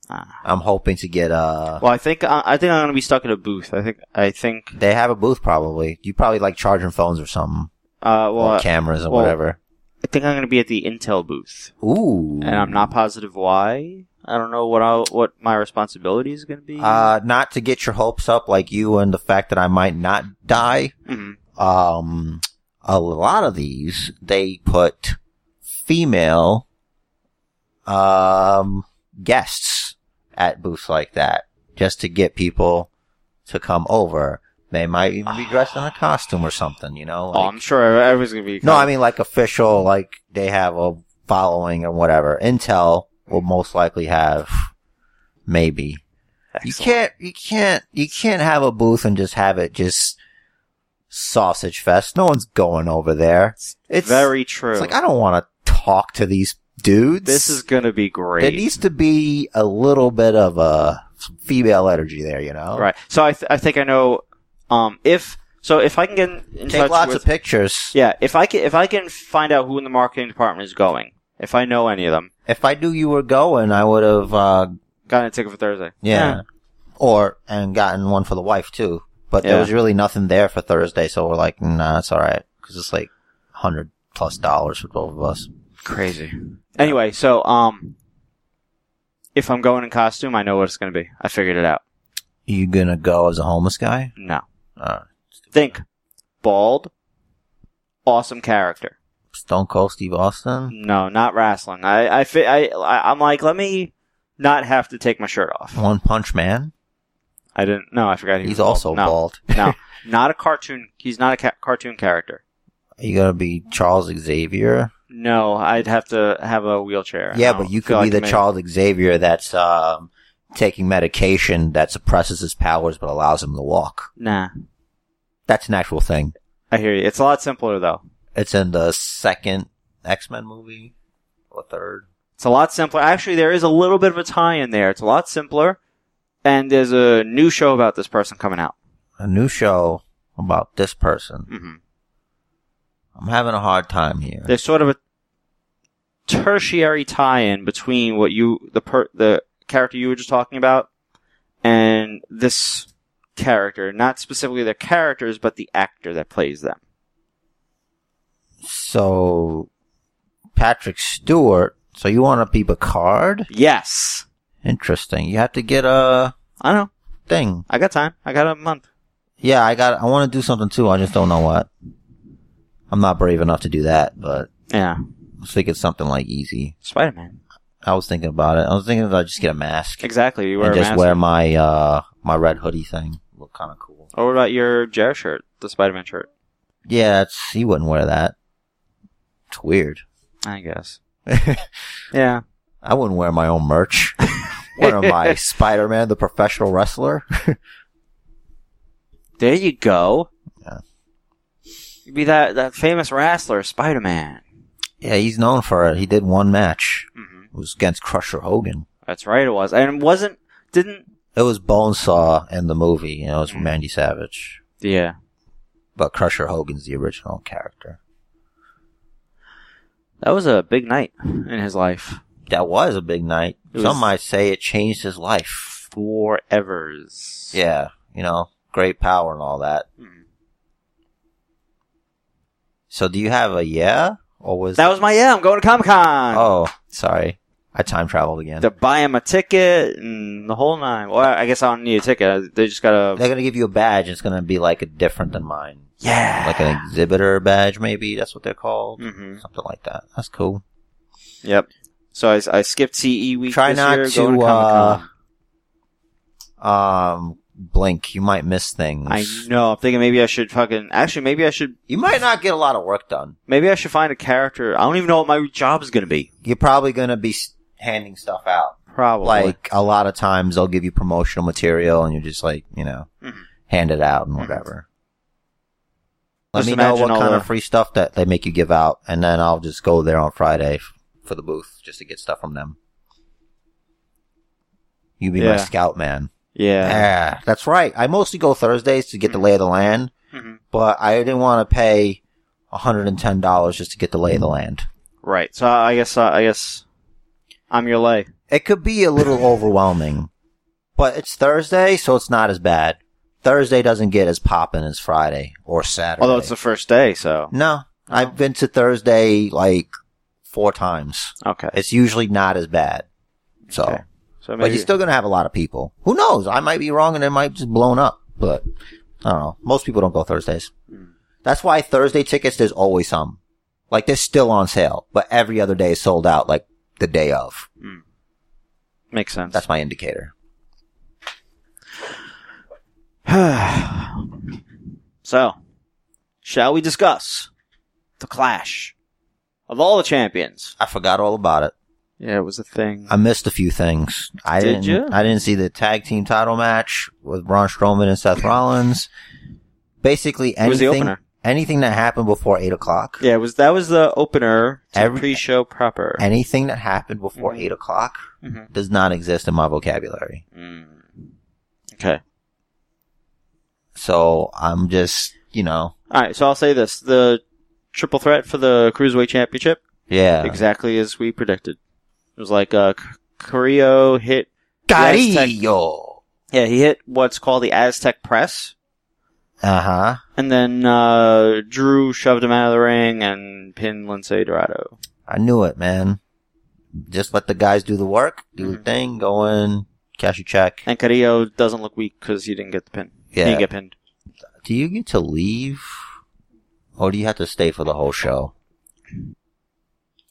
Speaker 3: ah.
Speaker 1: I'm hoping to get uh.
Speaker 3: Well, I think I, I think I'm gonna be stuck in a booth. I think I think.
Speaker 1: They have a booth probably. You probably like charging phones or something,
Speaker 3: Uh. Well,
Speaker 1: or cameras or
Speaker 3: well-
Speaker 1: whatever.
Speaker 3: I think I'm gonna be at the Intel booth.
Speaker 1: Ooh,
Speaker 3: and I'm not positive why. I don't know what I, what my responsibility is going to be.
Speaker 1: Uh, not to get your hopes up, like you, and the fact that I might not die.
Speaker 3: Mhm.
Speaker 1: um, a lot of these they put female um, guests at booths like that just to get people to come over. They might even be dressed in a costume or something, you know.
Speaker 3: oh,
Speaker 1: like-
Speaker 3: I'm sure everyone's going to be.
Speaker 1: no, I mean like official, like they have a following or whatever. Intel will most likely have maybe you
Speaker 3: Excellent.
Speaker 1: can't, you can't, you can't have a booth and just have it just sausage fest. No one's going over there. It's
Speaker 3: very true.
Speaker 1: It's like I don't want to talk to these dudes.
Speaker 3: this is going to be
Speaker 1: There
Speaker 3: great.
Speaker 1: needs to be a little bit of a some female energy there, you know.
Speaker 3: right. So I th- I think I know. Um, if so, if I can get in, in
Speaker 1: Take
Speaker 3: touch
Speaker 1: lots
Speaker 3: with,
Speaker 1: of pictures.
Speaker 3: yeah, if I can if I can find out who in the marketing department is going, if I know any of them,
Speaker 1: If I knew you were going, I would have, uh,
Speaker 3: got a ticket for Thursday.
Speaker 1: yeah. Or, and gotten one for the wife too. But there
Speaker 3: Yeah.
Speaker 1: was really nothing there for Thursday, so we're like, nah, it's alright. Cause it's like 100 plus dollars for both of us.
Speaker 3: crazy. Anyway, so um, if I'm going in costume, I know what it's going to be. I figured it out.
Speaker 1: You gonna go as a homeless guy?
Speaker 3: No.
Speaker 1: Uh,
Speaker 3: Think bald, awesome character.
Speaker 1: Stone Cold Steve Austin?
Speaker 3: No, not wrestling. I I fi- I I- I'm like, let me not have to take my shirt off.
Speaker 1: One Punch Man?
Speaker 3: I didn't. No, I forgot. He
Speaker 1: He's
Speaker 3: was
Speaker 1: also
Speaker 3: no,
Speaker 1: bald.
Speaker 3: no, not a cartoon. He's not a ca- cartoon character.
Speaker 1: Are you gonna be Charles Xavier?
Speaker 3: No, I'd have to have a wheelchair.
Speaker 1: Yeah,
Speaker 3: I don't
Speaker 1: but you
Speaker 3: feel
Speaker 1: could
Speaker 3: like
Speaker 1: be the
Speaker 3: ma-
Speaker 1: Charles Xavier that's, um, taking medication that suppresses his powers but allows him to walk.
Speaker 3: Nah,
Speaker 1: That's an actual thing.
Speaker 3: I hear you. It's a lot simpler though.
Speaker 1: It's in the second X Men movie or third.
Speaker 3: It's a lot simpler. Actually, there is a little bit of a tie in there. It's a lot simpler, and there's a new show about this person coming out.
Speaker 1: A new show about this person.
Speaker 3: Mm-hmm.
Speaker 1: I'm having a hard time here.
Speaker 3: there's sort of a tertiary tie-in between what you the per, the character you were just talking about and this character, not specifically their characters, but the actor that plays them.
Speaker 1: So, Patrick Stewart. So you want to be Picard?
Speaker 3: Yes,
Speaker 1: Interesting. You have to get a
Speaker 3: I know.
Speaker 1: thing.
Speaker 3: I got time. I got a month.
Speaker 1: Yeah, I got. I want to do something too. I just don't know what. I'm not brave enough to do that, but
Speaker 3: Yeah,
Speaker 1: I was thinking something like easy.
Speaker 3: Spider-Man.
Speaker 1: I was thinking about it. I was thinking about just get a mask
Speaker 3: Exactly. You wear
Speaker 1: and
Speaker 3: a
Speaker 1: just
Speaker 3: mask.
Speaker 1: wear my uh my red hoodie thing. Look kind of cool.
Speaker 3: Or what about your Jer shirt, the Spider-Man shirt?
Speaker 1: Yeah, that's, he wouldn't wear that. It's weird.
Speaker 3: I guess. Yeah.
Speaker 1: I wouldn't wear my own merch. what am I, Spider Man, the professional wrestler?
Speaker 3: There you go.
Speaker 1: Yeah.
Speaker 3: You'd be that that famous wrestler, Spider-Man.
Speaker 1: yeah, he's known for it. He did one match.
Speaker 3: Mm-hmm.
Speaker 1: It was against Crusher Hogan.
Speaker 3: That's right, it was. And it wasn't didn't
Speaker 1: It was Bonesaw in the movie, and it
Speaker 3: Mm.
Speaker 1: was from Randy Savage.
Speaker 3: Yeah.
Speaker 1: But Crusher Hogan's the original character.
Speaker 3: That was a big night in his life.
Speaker 1: That was a big night.
Speaker 3: It
Speaker 1: Some
Speaker 3: was-
Speaker 1: might say it changed his life.
Speaker 3: Four evers.
Speaker 1: Yeah, you know, great power and all that.
Speaker 3: Mhm.
Speaker 1: So do you have a yeah? Or was
Speaker 3: That was my yeah, I'm going to Comic Con.
Speaker 1: Oh, sorry. I time traveled again.
Speaker 3: They're buying my ticket and the whole nine. Well, I guess I don't need a ticket. They just gotta.
Speaker 1: They're gonna give you a badge. It's gonna be like a different than mine,
Speaker 3: Yeah.
Speaker 1: like an exhibitor badge, maybe. That's what they're called,
Speaker 3: hmm
Speaker 1: something like that. That's cool.
Speaker 3: Yep. So I, I skipped CE week.
Speaker 1: Try
Speaker 3: this
Speaker 1: not
Speaker 3: year,
Speaker 1: to, uh,
Speaker 3: going Comic-Con.
Speaker 1: Um, blink. You might miss things.
Speaker 3: I know. I'm thinking maybe I should fucking. Actually, maybe I should.
Speaker 1: you might not get a lot of work done.
Speaker 3: Maybe I should find a character. I don't even know what my job is gonna be.
Speaker 1: You're probably gonna be s- handing stuff out.
Speaker 3: Probably.
Speaker 1: like a lot of times they'll give you promotional material and you just like you know
Speaker 3: Mhm.
Speaker 1: hand it out and
Speaker 3: Mhm.
Speaker 1: whatever let
Speaker 3: Just
Speaker 1: me know
Speaker 3: imagine
Speaker 1: what
Speaker 3: all
Speaker 1: kind
Speaker 3: the-
Speaker 1: of free stuff that they make you give out and then i'll just go there on friday f- for the booth just to get stuff from them you be my
Speaker 3: Yeah.
Speaker 1: scout man
Speaker 3: Yeah. Mm-hmm.
Speaker 1: yeah that's right i mostly go thursdays to get the lay of the land
Speaker 3: Mhm.
Speaker 1: but i didn't want to pay $110 just to get the lay
Speaker 3: Mm-hmm.
Speaker 1: of the land
Speaker 3: Right. So I guess. Uh, I guess. I'm your lay.
Speaker 1: It could be a little overwhelming, but it's Thursday, so it's not as bad. Thursday doesn't get as poppin' as Friday or Saturday.
Speaker 3: Although it's the first day, so
Speaker 1: no, I've been to Thursday like four times.
Speaker 3: okay.
Speaker 1: It's usually not as bad. So,
Speaker 3: Okay. So maybe
Speaker 1: but you're still gonna have a lot of people. Who knows? I might be wrong and it might just blown up, but I don't know. Most people don't go Thursdays.
Speaker 3: Mm.
Speaker 1: That's why Thursday tickets, there's always some. Like they're still on sale, but every other day is sold out like the day of.
Speaker 3: makes sense.
Speaker 1: That's my indicator.
Speaker 3: so, shall we discuss the clash of all the champions?
Speaker 1: I forgot all about it.
Speaker 3: Yeah, it was a thing.
Speaker 1: I missed a few things. I
Speaker 3: Did ya?
Speaker 1: didn't. I didn't see the tag team title match with Braun Strowman and Seth Rollins. Basically,
Speaker 3: It was the
Speaker 1: anything
Speaker 3: opener.
Speaker 1: anything that happened before eight o'clock,
Speaker 3: Yeah, it was that was the opener to
Speaker 1: Every-
Speaker 3: pre-show proper.
Speaker 1: anything that happened before
Speaker 3: Mhm.
Speaker 1: eight o'clock
Speaker 3: Mhm.
Speaker 1: does not exist in my vocabulary.
Speaker 3: Mm. Okay.
Speaker 1: So I'm just, you know,
Speaker 3: All right. So I'll say this: the triple threat for the cruiserweight championship,
Speaker 1: yeah.
Speaker 3: exactly as we predicted. It was like uh, Carrillo hit
Speaker 1: Carillo.
Speaker 3: Yeah, he hit what's called the Aztec press,
Speaker 1: Uh huh.
Speaker 3: and then uh, Drew shoved him out of the ring and pinned Lindsay Dorado.
Speaker 1: I knew it, man. Just let the guys do the work, do the
Speaker 3: Mhm.
Speaker 1: thing, go in, cash your check.
Speaker 3: And Carrillo doesn't look weak because he didn't get the pin. He
Speaker 1: Yeah.
Speaker 3: didn't get pinned.
Speaker 1: Do you get to leave? Or do you have to stay for the whole show?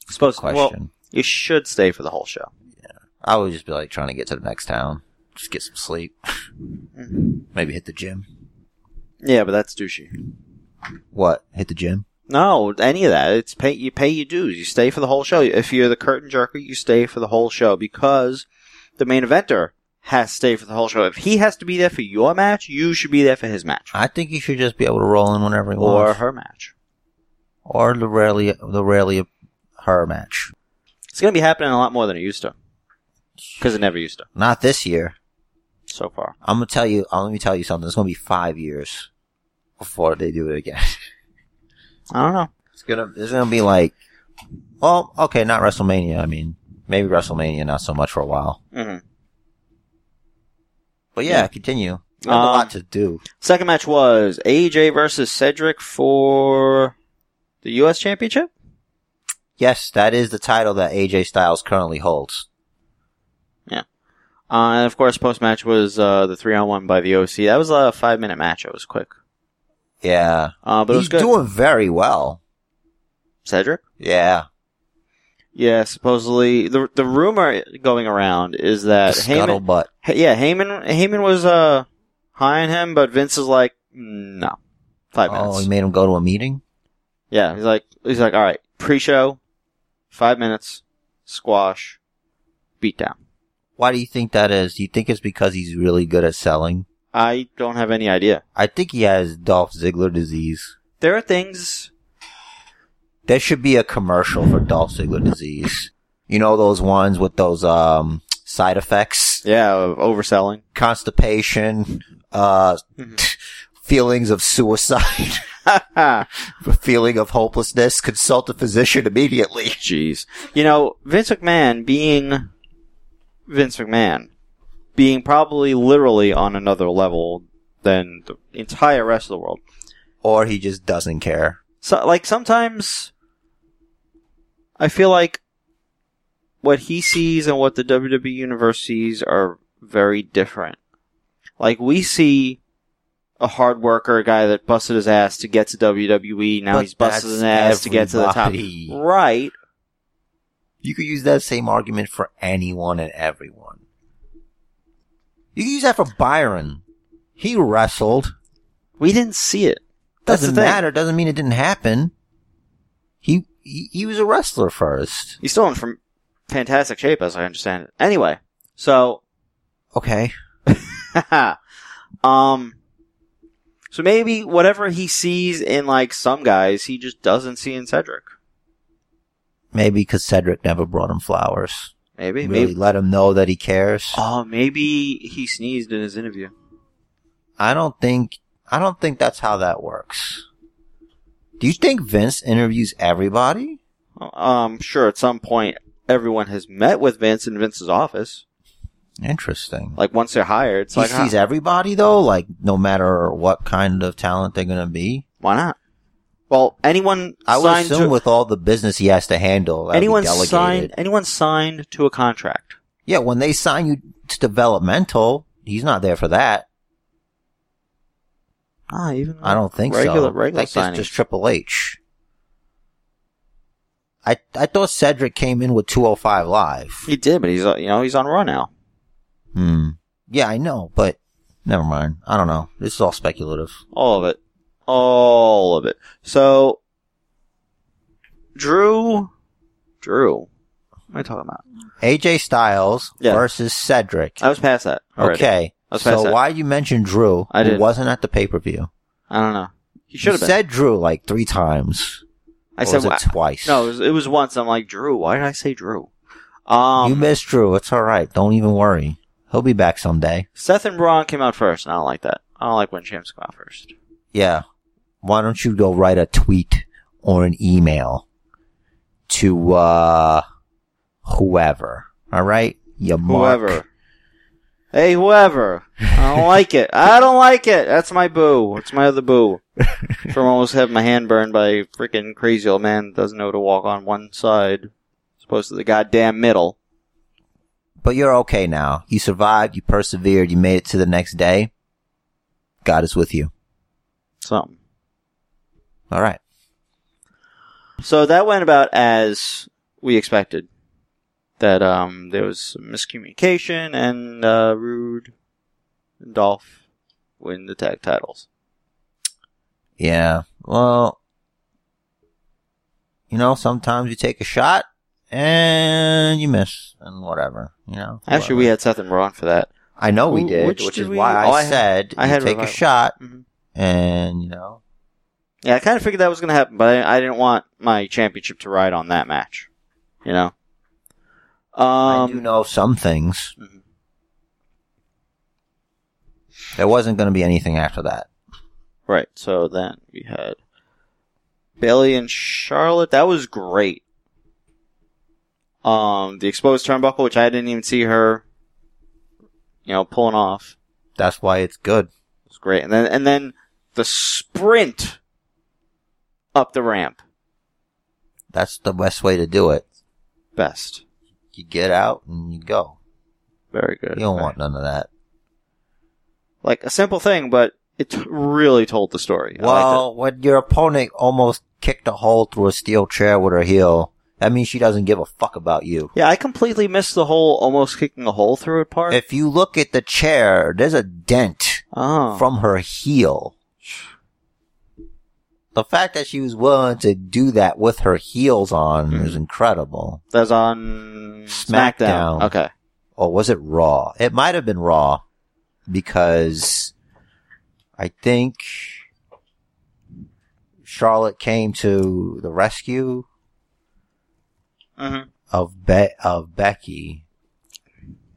Speaker 3: Supposed
Speaker 1: Question.
Speaker 3: Well, you should stay for the whole show.
Speaker 1: I would just be like trying to get to the next town. Just get some sleep. Maybe hit the gym.
Speaker 3: Mm-hmm. Yeah, but that's douchey.
Speaker 1: What? Hit the gym?
Speaker 3: No, any of that. It's pay. You pay your dues. You stay for the whole show. If you're the curtain jerker, you stay for the whole show because the main eventer has to stay for the whole show. If he has to be there for your match, you should be there for his match
Speaker 1: I think you should just be able to roll in whenever you
Speaker 3: or
Speaker 1: want.
Speaker 3: her match.
Speaker 1: Or the rarely, the rarely her match.
Speaker 3: It's going to be happening a lot more than it used to. Because it never used to,
Speaker 1: Not this year.
Speaker 3: so far.
Speaker 1: I'm gonna tell you, uh, let me tell you something. It's gonna be five years before they do it again.
Speaker 3: I don't know.
Speaker 1: It's gonna, it's gonna be like, well, okay, not WrestleMania. I mean, maybe WrestleMania, not so much for a while.
Speaker 3: Mm-hmm.
Speaker 1: But yeah,
Speaker 3: Yeah.
Speaker 1: continue. You have a
Speaker 3: Um,
Speaker 1: lot to do.
Speaker 3: Second match was AJ versus Cedric for the U.S. Championship?
Speaker 1: Yes, that is the title that AJ Styles currently holds.
Speaker 3: Uh, and of course, post match was uh, the three on one by the OC. That was a five minute match. It was quick.
Speaker 1: Yeah.
Speaker 3: Uh, but it was
Speaker 1: He's
Speaker 3: good.
Speaker 1: doing very well.
Speaker 3: Cedric?
Speaker 1: Yeah.
Speaker 3: Yeah, supposedly. The, the rumor going around is that
Speaker 1: the
Speaker 3: Uh, Heyman.
Speaker 1: scuttlebutt.
Speaker 3: Hey- yeah, Heyman, Heyman was uh, high on him, but Vince is like, no. Five minutes.
Speaker 1: Oh, he made him go to a meeting?
Speaker 3: Yeah, he's like, he's like, all right, pre-show, five minutes, squash, beatdown.
Speaker 1: Why do you think that is? Do you think it's because he's really good at selling?
Speaker 3: I don't have any idea.
Speaker 1: I think he has Dolph Ziggler disease.
Speaker 3: There are things.
Speaker 1: There should be a commercial for Dolph Ziggler disease. You know those ones with those um side effects?
Speaker 3: Yeah, overselling.
Speaker 1: constipation, uh,
Speaker 3: Mm-hmm.
Speaker 1: feelings of suicide, feeling of hopelessness, consult a physician immediately.
Speaker 3: Jeez. You know, Vince McMahon being Vince McMahon, being probably literally on another level than the entire rest of the world.
Speaker 1: Or he just doesn't care.
Speaker 3: So, like, sometimes I feel like what he sees and what the WWE universe sees are very different. Like, we see a hard worker, a guy that busted his ass to get to WWE. Now
Speaker 1: But
Speaker 3: he's busted his
Speaker 1: that's
Speaker 3: ass to get to the top.
Speaker 1: everybody.
Speaker 3: Right.
Speaker 1: You could use that same argument for anyone and everyone. You could use that for Byron. He wrestled.
Speaker 3: We didn't see it. That's
Speaker 1: Doesn't
Speaker 3: the thing.
Speaker 1: matter. Doesn't mean it didn't happen. He, he he was a wrestler first.
Speaker 3: He's still in from fantastic shape, as I understand it. Anyway, so
Speaker 1: Okay.
Speaker 3: um, so maybe whatever he sees in like some guys, he just doesn't see in Cedric.
Speaker 1: Maybe because Cedric never brought him flowers.
Speaker 3: Maybe,
Speaker 1: Really
Speaker 3: maybe.
Speaker 1: let him know that he cares.
Speaker 3: Oh, maybe he sneezed in his interview.
Speaker 1: I don't think I don't think that's how that works. Do you think Vince interviews everybody?
Speaker 3: Um, sure. At some point, everyone has met with Vince in Vince's office.
Speaker 1: Interesting.
Speaker 3: Like once they're hired, it's
Speaker 1: he
Speaker 3: like, ah, huh,
Speaker 1: sees everybody though, like no matter what kind of talent they're gonna be.
Speaker 3: why not? Well, anyone
Speaker 1: I would
Speaker 3: signed
Speaker 1: assume
Speaker 3: to,
Speaker 1: with all the business he has to handle, that'd be
Speaker 3: anyone
Speaker 1: delegated.
Speaker 3: signed anyone signed to a contract.
Speaker 1: Yeah, when they sign you to developmental, he's not there for that.
Speaker 3: Ah, even
Speaker 1: I don't think
Speaker 3: regular,
Speaker 1: so.
Speaker 3: Regular
Speaker 1: like that's
Speaker 3: signings.
Speaker 1: just Triple H. I I thought Cedric came in with 205 live.
Speaker 3: He did, but he's uh, you know he's on Raw now.
Speaker 1: Hmm. Yeah, I know, but never mind. I don't know. This is all speculative.
Speaker 3: All of it, all of it. So, Drew, Drew, what am I talking about?
Speaker 1: AJ Styles
Speaker 3: Yeah.
Speaker 1: versus Cedric.
Speaker 3: I was past that. Already.
Speaker 1: okay.
Speaker 3: Let's pass
Speaker 1: So
Speaker 3: that.
Speaker 1: why you mentioned Drew?
Speaker 3: I
Speaker 1: who
Speaker 3: didn't.
Speaker 1: wasn't at the pay per view.
Speaker 3: I don't know. He should have been.
Speaker 1: said Drew like three times.
Speaker 3: I
Speaker 1: Or
Speaker 3: said
Speaker 1: was it
Speaker 3: wha-
Speaker 1: twice.
Speaker 3: no. It was, it was once. I'm like Drew. Why did I say Drew? Um,
Speaker 1: you missed Drew. It's all right. Don't even worry. He'll be back someday.
Speaker 3: Seth and Braun came out first, and I don't like that. I don't like when champs come out first.
Speaker 1: Yeah. Why don't you go write a tweet or an email to uh whoever? All right, you mark.
Speaker 3: Whoever. Hey, whoever. I don't like it. I don't like it. That's my boo. It's my other boo. From almost having my hand burned by a freaking crazy old man that doesn't know to walk on one side, as opposed to the goddamn middle.
Speaker 1: But you're okay now. You survived. You persevered. You made it to the next day. God is with you.
Speaker 3: Something.
Speaker 1: All right.
Speaker 3: So that went about as we expected. That um, there was some miscommunication, and uh, Rude and Dolph win the tag titles.
Speaker 1: Yeah. Well, you know, sometimes you take a shot and you miss and whatever. You know.
Speaker 3: Actually, we
Speaker 1: whatever.
Speaker 3: had Seth and Braun for that.
Speaker 1: I know we
Speaker 3: Wh-
Speaker 1: did,
Speaker 3: which
Speaker 1: which,
Speaker 3: did
Speaker 1: is
Speaker 3: we-
Speaker 1: why I,
Speaker 3: oh, I had-
Speaker 1: said
Speaker 3: I
Speaker 1: you
Speaker 3: had
Speaker 1: take
Speaker 3: Revival.
Speaker 1: a shot
Speaker 3: Mhm.
Speaker 1: and you know
Speaker 3: Yeah, I kind of figured that was going to happen, but I, I didn't want my championship to ride on that match. You know? Um,
Speaker 1: I do know some things.
Speaker 3: Mhm.
Speaker 1: There wasn't going to be anything after that.
Speaker 3: Right, so then we had Bailey and Charlotte. That was great. Um, the exposed turnbuckle, which I didn't even see her, you know, pulling off.
Speaker 1: That's why it's good.
Speaker 3: It was great. And then, and then the sprint up the ramp.
Speaker 1: That's the best way to do it.
Speaker 3: Best.
Speaker 1: You get out and you go.
Speaker 3: Very good.
Speaker 1: You don't want none of that.
Speaker 3: like a simple thing, but it t- really told the story. I liked it.
Speaker 1: Well, when your opponent almost kicked a hole through a steel chair with her heel, that means she doesn't give a fuck about you.
Speaker 3: Yeah, I completely missed the whole almost kicking a hole through it part.
Speaker 1: If you look at the chair, there's a dent
Speaker 3: oh,
Speaker 1: from her heel. The fact that she was willing to do that with her heels on
Speaker 3: Hmm.
Speaker 1: is incredible.
Speaker 3: that's on SmackDown.
Speaker 1: Smackdown.
Speaker 3: Okay,
Speaker 1: or was it Raw? It might have been Raw because I think Charlotte came to the rescue
Speaker 3: mm-hmm.
Speaker 1: of Be- of Becky,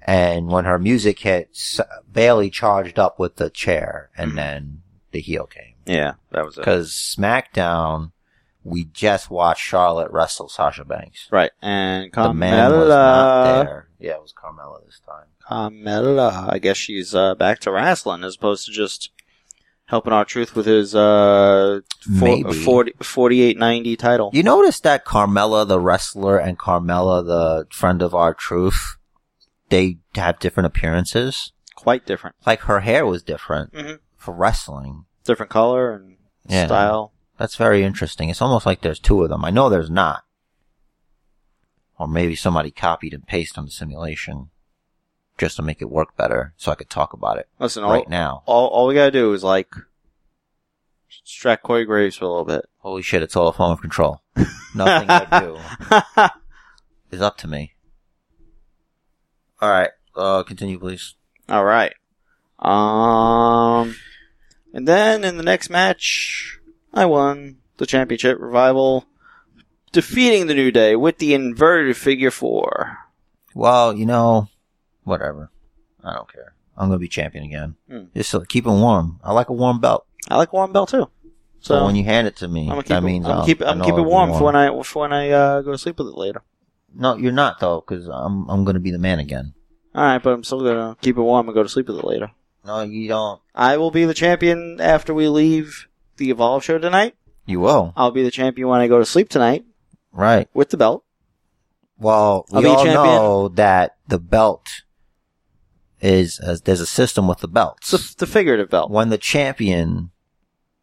Speaker 1: And when her music hits, Bailey charged up with the chair and then the heel came.
Speaker 3: Yeah, that was it.
Speaker 1: Because SmackDown, we just watched Charlotte wrestle Sasha Banks.
Speaker 3: Right, and
Speaker 1: The man was not
Speaker 3: Carmella.
Speaker 1: there. Yeah, it was Carmella this time.
Speaker 3: Carmella. I guess she's uh, back to wrestling as opposed to just helping our truth with his uh,
Speaker 1: Maybe.
Speaker 3: 40, 4890 title.
Speaker 1: You notice that Carmella the wrestler and Carmella the friend of our truth, they have different appearances.
Speaker 3: Quite different.
Speaker 1: Like her hair was different
Speaker 3: Mhm.
Speaker 1: for wrestling.
Speaker 3: Different color and
Speaker 1: Yeah.
Speaker 3: style.
Speaker 1: That's very interesting. It's almost like there's two of them. I know there's not. Or maybe somebody copied and pasted on the simulation just to make it work better so I could talk about it
Speaker 3: Listen, all,
Speaker 1: right now.
Speaker 3: all, all we gotta do is like distract Corey Graves for a little bit.
Speaker 1: Holy shit, it's all a form of control. Nothing I do is up to me. Alright, uh, continue please.
Speaker 3: all right. Um, and then in the next match, I won the championship revival, defeating the New Day with the inverted figure four.
Speaker 1: Well, you know, whatever. I don't care. I'm gonna be champion again.
Speaker 3: Hmm.
Speaker 1: Just to keep it warm. I like a warm belt.
Speaker 3: I like warm belt too.
Speaker 1: So,
Speaker 3: So,
Speaker 1: when you hand it to me,
Speaker 3: I'm gonna keep
Speaker 1: that
Speaker 3: it,
Speaker 1: means
Speaker 3: I'm
Speaker 1: I'll-
Speaker 3: gonna keep it,
Speaker 1: I
Speaker 3: I'm
Speaker 1: know
Speaker 3: gonna keep it
Speaker 1: I'll be
Speaker 3: warm, for when I for when I uh, go to sleep with it later.
Speaker 1: No, you're not though, because I'm I'm gonna be the man again.
Speaker 3: All right, but I'm still gonna keep it warm and go to sleep with it later.
Speaker 1: No, you don't.
Speaker 3: I will be the champion after we leave the Evolve show tonight.
Speaker 1: You will,
Speaker 3: I'll be the champion when I go to sleep tonight
Speaker 1: right?
Speaker 3: with the belt.
Speaker 1: Well,
Speaker 3: I'll
Speaker 1: we
Speaker 3: be
Speaker 1: all
Speaker 3: champion.
Speaker 1: know that the belt is uh, there's a system with the
Speaker 3: It's the,
Speaker 1: belts.
Speaker 3: the figurative belt.
Speaker 1: When the champion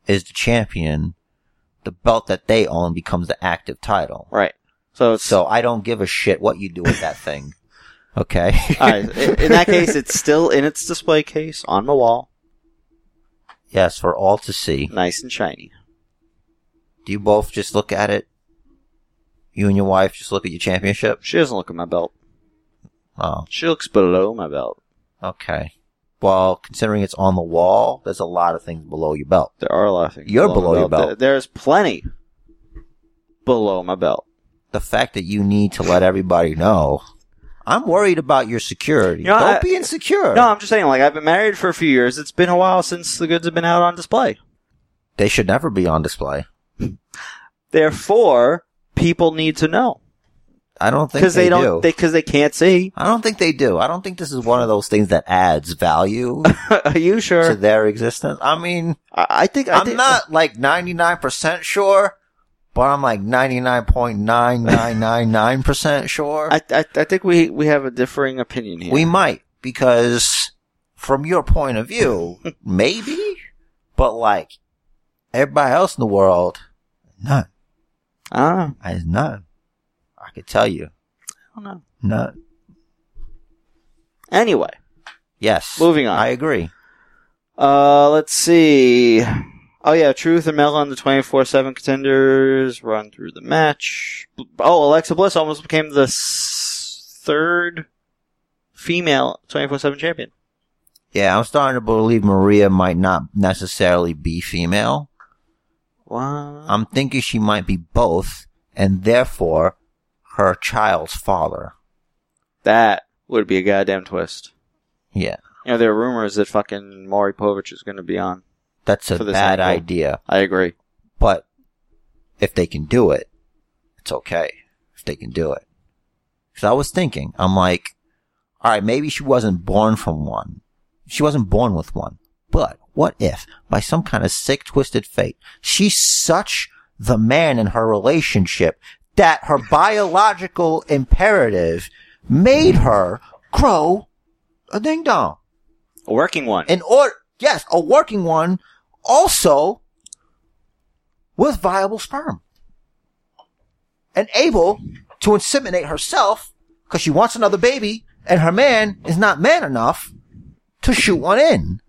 Speaker 1: is the champion, the belt that they own becomes the active title.
Speaker 3: Right. So it's
Speaker 1: So I don't give a shit what you do with that thing. Okay.
Speaker 3: all right. In in that case, it's still in its display case on my wall,
Speaker 1: yes, for all to see.
Speaker 3: nice and shiny.
Speaker 1: Do you both just look at it? You and your wife just look at your championship.
Speaker 3: She doesn't look at my belt.
Speaker 1: Oh.
Speaker 3: She looks below my belt.
Speaker 1: Okay. Well, considering it's on the wall, there's a lot of things below your belt.
Speaker 3: There are a lot of things.
Speaker 1: You're
Speaker 3: my
Speaker 1: below your belt.
Speaker 3: There- There's plenty below my belt.
Speaker 1: The fact that you need to let everybody know, I'm worried about your security.
Speaker 3: You know,
Speaker 1: Don't
Speaker 3: I-
Speaker 1: be insecure.
Speaker 3: No, I'm just saying. Like I've been married for a few years. It's been a while since the goods have been out on display.
Speaker 1: They should never be on display.
Speaker 3: Therefore, people need to know
Speaker 1: I don't think
Speaker 3: because they,
Speaker 1: do
Speaker 3: don't because they can't see.
Speaker 1: I don't think they do. I don't think this is one of those things that adds value
Speaker 3: Are you
Speaker 1: to
Speaker 3: sure?
Speaker 1: their existence. I mean,
Speaker 3: I I think I
Speaker 1: I'm
Speaker 3: think,
Speaker 1: not like 99% sure, but I'm like 99.9999% sure.
Speaker 3: I, I I think we we have a differing opinion here.
Speaker 1: We might, because from your point of view, maybe, but like everybody else in the world, none.
Speaker 3: ah,
Speaker 1: There's none. I could tell you,
Speaker 3: I don't know.
Speaker 1: none.
Speaker 3: Anyway,
Speaker 1: Yes.
Speaker 3: Moving on.
Speaker 1: I agree.
Speaker 3: Uh, let's see. Oh yeah, Truth and Mel on the twenty four seven contenders run through the match. Oh, Alexa Bliss almost became the s- third female twenty four seven champion.
Speaker 1: Yeah, I'm starting to believe Maria might not necessarily be female.
Speaker 3: Wow.
Speaker 1: I'm thinking she might be both, and therefore her child's father.
Speaker 3: that would be a goddamn twist.
Speaker 1: Yeah.
Speaker 3: You know, there are rumors that fucking Maury Povich is going to be on.
Speaker 1: That's a
Speaker 3: For this
Speaker 1: bad
Speaker 3: angle.
Speaker 1: idea.
Speaker 3: I agree.
Speaker 1: But if they can do it, it's okay. If they can do it. Cause I was thinking, I'm like, alright, maybe she wasn't born from one. She wasn't born with one. But what if, by some kind of sick, twisted fate, she's such the man in her relationship that her biological imperative made her grow a ding dong?
Speaker 3: A working one.
Speaker 1: an or yes, a working one also with viable sperm and able to inseminate herself because she wants another baby and her man is not man enough to shoot one in.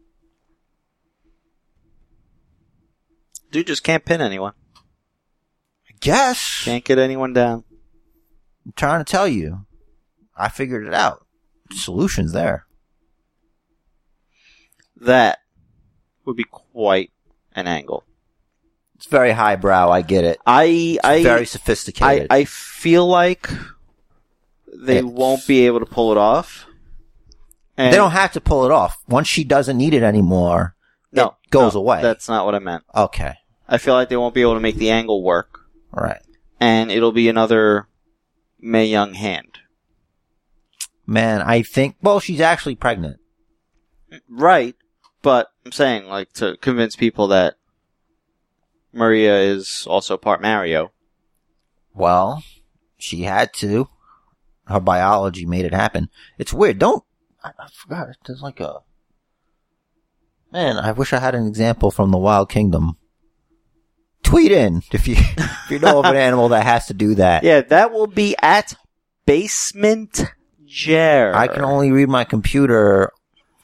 Speaker 3: Dude just can't pin anyone.
Speaker 1: I guess
Speaker 3: Can't get anyone down.
Speaker 1: I'm trying to tell you, I figured it out. solution's there.
Speaker 3: That would be quite an angle.
Speaker 1: It's very highbrow. I get it.
Speaker 3: I I
Speaker 1: very
Speaker 3: I,
Speaker 1: sophisticated.
Speaker 3: I feel like they
Speaker 1: It's-
Speaker 3: won't be able to pull it off. And
Speaker 1: they don't have to pull it off. Once she doesn't need it anymore,
Speaker 3: no,
Speaker 1: it goes
Speaker 3: no,
Speaker 1: away.
Speaker 3: That's not what I meant.
Speaker 1: okay.
Speaker 3: I feel like they won't be able to make the angle work,
Speaker 1: All right.
Speaker 3: and it'll be another May Young hand.
Speaker 1: Man, I think, well, she's actually pregnant.
Speaker 3: Right, but I'm saying like to convince people that Maria is also part Mario.
Speaker 1: Well, she had to. Her biology made it happen. It's weird. Don't, I, I forgot. There's like a, man, I wish I had an example from the Wild Kingdom. Tweet in if you, if you know of an animal that has to do that.
Speaker 3: Yeah, that will be at Basement Jer.
Speaker 1: I can only read my computer,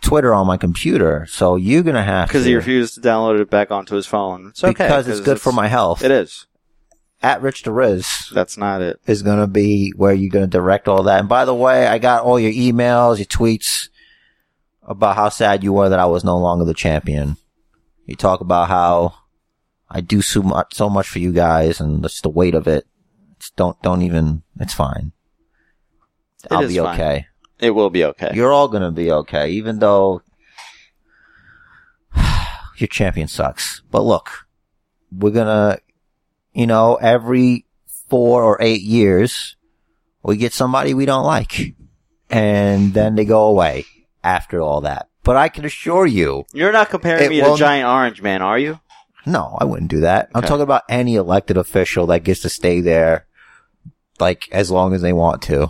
Speaker 1: Twitter on my computer, so you're gonna have to.
Speaker 3: because he refused to download it back onto his phone. It's okay
Speaker 1: because it's good for my health.
Speaker 3: It is.
Speaker 1: At Rich the Riz
Speaker 3: That's not it.
Speaker 1: is gonna be where you're gonna direct all that. And by the way, I got all your emails, your tweets about how sad you were that I was no longer the champion. You talk about how I do so much, so much for you guys, and just the weight of it. It's, don't don't even. It's fine.
Speaker 3: It
Speaker 1: I'll
Speaker 3: is
Speaker 1: be
Speaker 3: fine.
Speaker 1: okay.
Speaker 3: It will be okay.
Speaker 1: You're all gonna be okay, even though your champion sucks. But look, we're gonna, you know, every four or eight years, we get somebody we don't like. And then they go away after all that. But I can assure you,
Speaker 3: You're not comparing
Speaker 1: It
Speaker 3: me
Speaker 1: will-
Speaker 3: to Giant Orange Man, are you?
Speaker 1: no, I wouldn't do that. I'm
Speaker 3: Okay.
Speaker 1: talking about any elected official that gets to stay there, like, as long as they want to.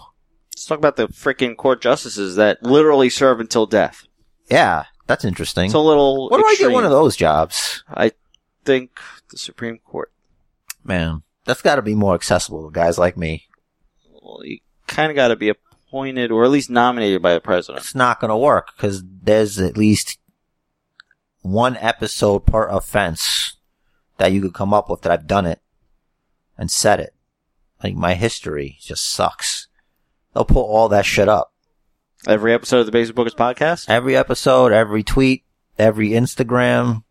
Speaker 3: Let's talk about the freaking court justices that literally serve until death.
Speaker 1: Yeah, that's interesting.
Speaker 3: It's a little.
Speaker 1: Where do I get
Speaker 3: extreme.
Speaker 1: one of those jobs?
Speaker 3: I think the Supreme Court.
Speaker 1: Man, that's got to be more accessible to guys like me.
Speaker 3: Well, you kind of got to be appointed or at least nominated by the president.
Speaker 1: It's not going to work because there's at least one episode per offense that you could come up with that I've done it and said it. Like my history just sucks. They'll pull all that shit up.
Speaker 3: Every episode of the Basic Bookers podcast.
Speaker 1: Every episode, every tweet, every Instagram,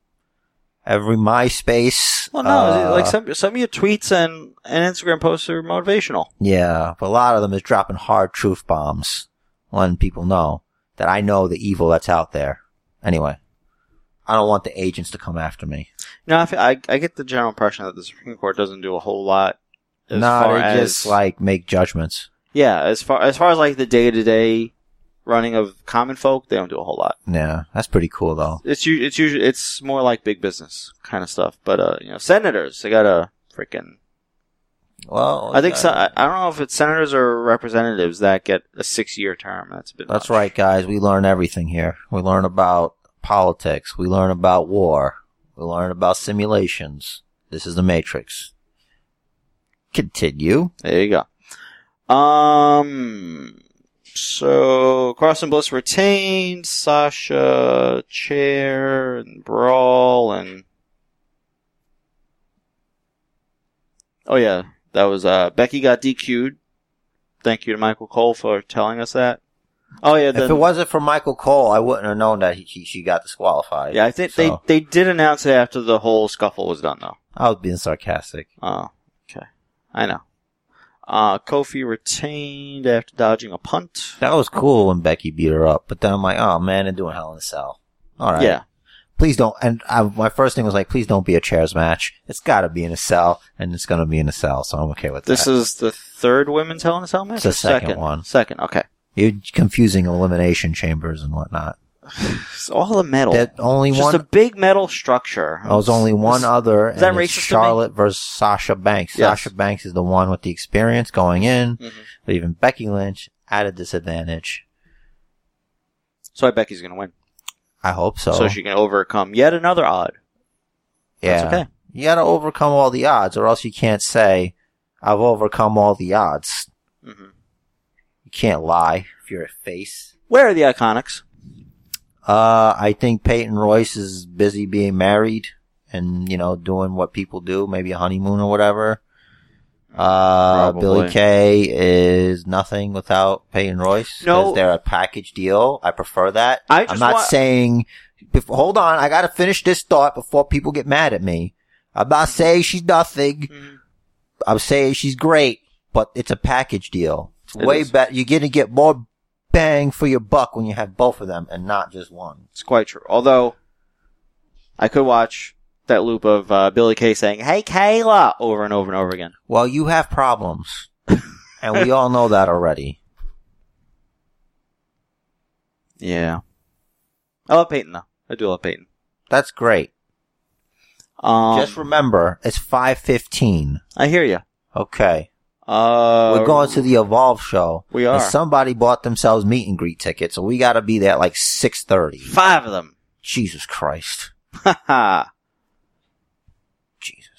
Speaker 1: every MySpace.
Speaker 3: Well, no,
Speaker 1: uh,
Speaker 3: like some some of your tweets and, and Instagram posts are motivational.
Speaker 1: Yeah, but a lot of them is dropping hard truth bombs, letting people know that I know the evil that's out there. Anyway, I don't want the agents to come after me.
Speaker 3: No, I, feel- I, I get the general impression that the Supreme Court doesn't do a whole lot. As
Speaker 1: no,
Speaker 3: far
Speaker 1: they
Speaker 3: as,
Speaker 1: just like make judgments.
Speaker 3: yeah, as far as far as like the day to day running of common folk, they don't do a whole lot.
Speaker 1: Yeah, that's pretty cool though.
Speaker 3: It's u- it's usually it's more like big business kind of stuff. But uh, you know, senators they got a freaking.
Speaker 1: Well,
Speaker 3: I think
Speaker 1: uh,
Speaker 3: so, I, I don't know if it's senators or representatives that get a six year term. That's a bit.
Speaker 1: That's
Speaker 3: much.
Speaker 1: right, guys. We learn everything here. We learn about politics. We learn about war. We learn about simulations. This is the Matrix. Continue.
Speaker 3: There you go. Um. So Cross and Bliss retained Sasha Chair and Brawl and Oh yeah, that was uh Becky got DQ'd. Thank you to Michael Cole for telling us that. Oh yeah,
Speaker 1: if it
Speaker 3: then,
Speaker 1: wasn't for Michael Cole, I wouldn't have known that he, he she got disqualified.
Speaker 3: yeah, I think
Speaker 1: So,
Speaker 3: they they did announce it after the whole scuffle was done though.
Speaker 1: I was being sarcastic.
Speaker 3: Oh, okay. I know. Uh Kofi retained after dodging a punt.
Speaker 1: That was cool when Becky beat her up, but then I'm like, oh man, they're doing Hell in a Cell. All right.
Speaker 3: Yeah.
Speaker 1: Please don't. And I, my first thing was like, please don't be a chairs match. It's got to be in a cell, and it's gonna be in a cell, so I'm okay with
Speaker 3: This
Speaker 1: that.
Speaker 3: is the third women's Hell in a Cell match.
Speaker 1: Uh, It's the
Speaker 3: or
Speaker 1: second one.
Speaker 3: Second, okay.
Speaker 1: You're confusing elimination chambers and whatnot.
Speaker 3: It's all a metal.
Speaker 1: That only
Speaker 3: It's Oh. just
Speaker 1: one.
Speaker 3: a big metal structure.
Speaker 1: There was only one
Speaker 3: This-
Speaker 1: other.
Speaker 3: is that
Speaker 1: and it's
Speaker 3: racist to me?
Speaker 1: Charlotte versus Sasha Banks.
Speaker 3: Yes.
Speaker 1: Sasha Banks is the one with the experience going in,
Speaker 3: Mhm.
Speaker 1: but even Becky Lynch at a disadvantage.
Speaker 3: So I bet he's gonna win,
Speaker 1: I hope so.
Speaker 3: so she can overcome yet another odd.
Speaker 1: yeah.
Speaker 3: That's okay.
Speaker 1: You gotta overcome all the odds, or else you can't say, I've overcome all the odds.
Speaker 3: hmm
Speaker 1: You can't lie if you're a face.
Speaker 3: Where are the Iconics?
Speaker 1: Uh, I think Peyton Royce is busy being married and, you know, doing what people do, maybe a honeymoon or whatever. Uh,
Speaker 3: Probably.
Speaker 1: Billy Kay is nothing without Peyton Royce. 'cause
Speaker 3: No.
Speaker 1: They're a package deal. I prefer that.
Speaker 3: I just
Speaker 1: I'm not
Speaker 3: want-
Speaker 1: saying, bef- hold on, I gotta finish this thought before people get mad at me. I'm not saying she's nothing.
Speaker 3: Mhm.
Speaker 1: I'm saying she's great, but it's a package deal. It's
Speaker 3: It
Speaker 1: way
Speaker 3: is.
Speaker 1: better. You're gonna get more bang for your buck when you have both of them and not just one.
Speaker 3: It's quite true. Although, I could watch that loop of uh, Billy Kay saying, "Hey, Kayla," over and over and over again.
Speaker 1: Well, you have problems. and we all know that already.
Speaker 3: Yeah, I love Peyton though. I do love Peyton.
Speaker 1: That's great.
Speaker 3: Um,
Speaker 1: just remember, it's 515.
Speaker 3: I hear you.
Speaker 1: Okay.
Speaker 3: Uh,
Speaker 1: We're going to the Evolve show.
Speaker 3: We are.
Speaker 1: And somebody bought themselves meet and greet tickets, so we gotta be there at like 6.30.
Speaker 3: five of them.
Speaker 1: Jesus Christ.
Speaker 3: Ha ha.
Speaker 1: Jesus.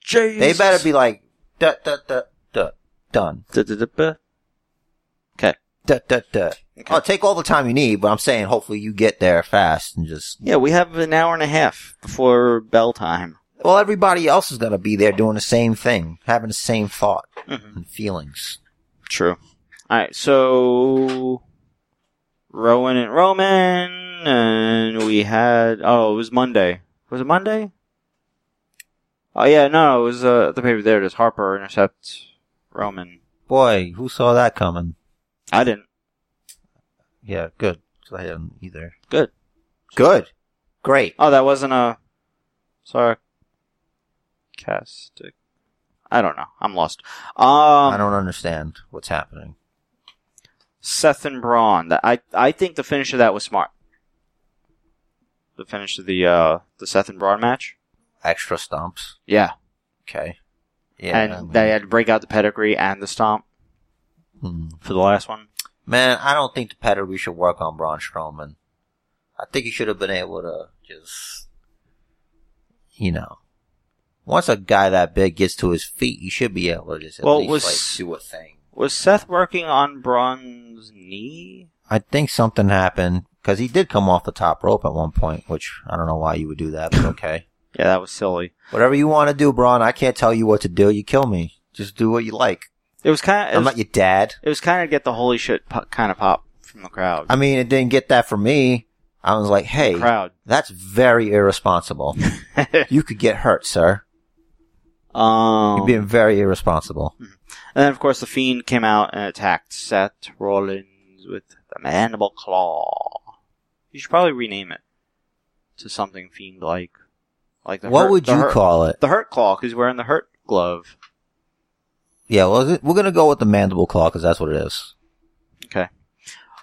Speaker 3: Jesus.
Speaker 1: They better be like, duh, duh, duh, duh, done.
Speaker 3: Da-da-da-ba. Okay.
Speaker 1: Duh, duh, duh.
Speaker 3: Okay.
Speaker 1: Oh, take all the time you need, but I'm saying hopefully you get there fast and just,
Speaker 3: Yeah, we have an hour and a half before bell time.
Speaker 1: well, everybody else is gonna be there doing the same thing, having the same thought
Speaker 3: Mhm.
Speaker 1: and feelings.
Speaker 3: True. All right, so Rowan and Roman, and we had oh, it was Monday. Was it Monday? Oh yeah, no, it was uh, the paper. There it is. Harper intercepts Roman.
Speaker 1: Boy, who saw that coming?
Speaker 3: I didn't.
Speaker 1: Yeah, good. 'Cause I didn't either.
Speaker 3: Good.
Speaker 1: Good. Great.
Speaker 3: Oh, that wasn't a sarcastic. I don't know. I'm lost. Um,
Speaker 1: I don't understand what's happening.
Speaker 3: Seth and Braun. That I I think the finish of that was smart. The finish of the uh the Seth and Braun match.
Speaker 1: Extra stumps.
Speaker 3: Yeah,
Speaker 1: Okay. Yeah.
Speaker 3: and
Speaker 1: I mean,
Speaker 3: they had to break out the pedigree and the stomp
Speaker 1: hmm.
Speaker 3: for the last one.
Speaker 1: Man, I don't think the pedigree should work on Braun Strowman. I think he should have been able to just, you know, once a guy that big gets to his feet, you should be able to just at
Speaker 3: Well, it
Speaker 1: least
Speaker 3: was-
Speaker 1: like do a thing.
Speaker 3: Was Seth working on Braun's knee?
Speaker 1: I think something happened because he did come off the top rope at one point, which I don't know why you would do that, but okay.
Speaker 3: Yeah, that was silly.
Speaker 1: Whatever you want to do, Braun, I can't tell you what to do. You kill me. Just do what you like.
Speaker 3: It was kind
Speaker 1: I'm
Speaker 3: of
Speaker 1: not your dad.
Speaker 3: it was kind of get the holy shit po- kind of pop from the crowd.
Speaker 1: I mean, it didn't get that from me. I was like, hey,
Speaker 3: crowd.
Speaker 1: that's very irresponsible. you could get hurt, sir. You're
Speaker 3: Um,
Speaker 1: being very irresponsible.
Speaker 3: And then, of course, the Fiend came out and attacked Seth Rollins with the Mandible Claw. You should probably rename it to something Fiend-like. Like the
Speaker 1: What
Speaker 3: Hurt-
Speaker 1: would
Speaker 3: the
Speaker 1: you
Speaker 3: Hurt-
Speaker 1: call it?
Speaker 3: The Hurt Claw, because he's wearing the Hurt glove.
Speaker 1: Yeah, well, th- we're going to go with the mandible claw because that's what it is.
Speaker 3: Okay.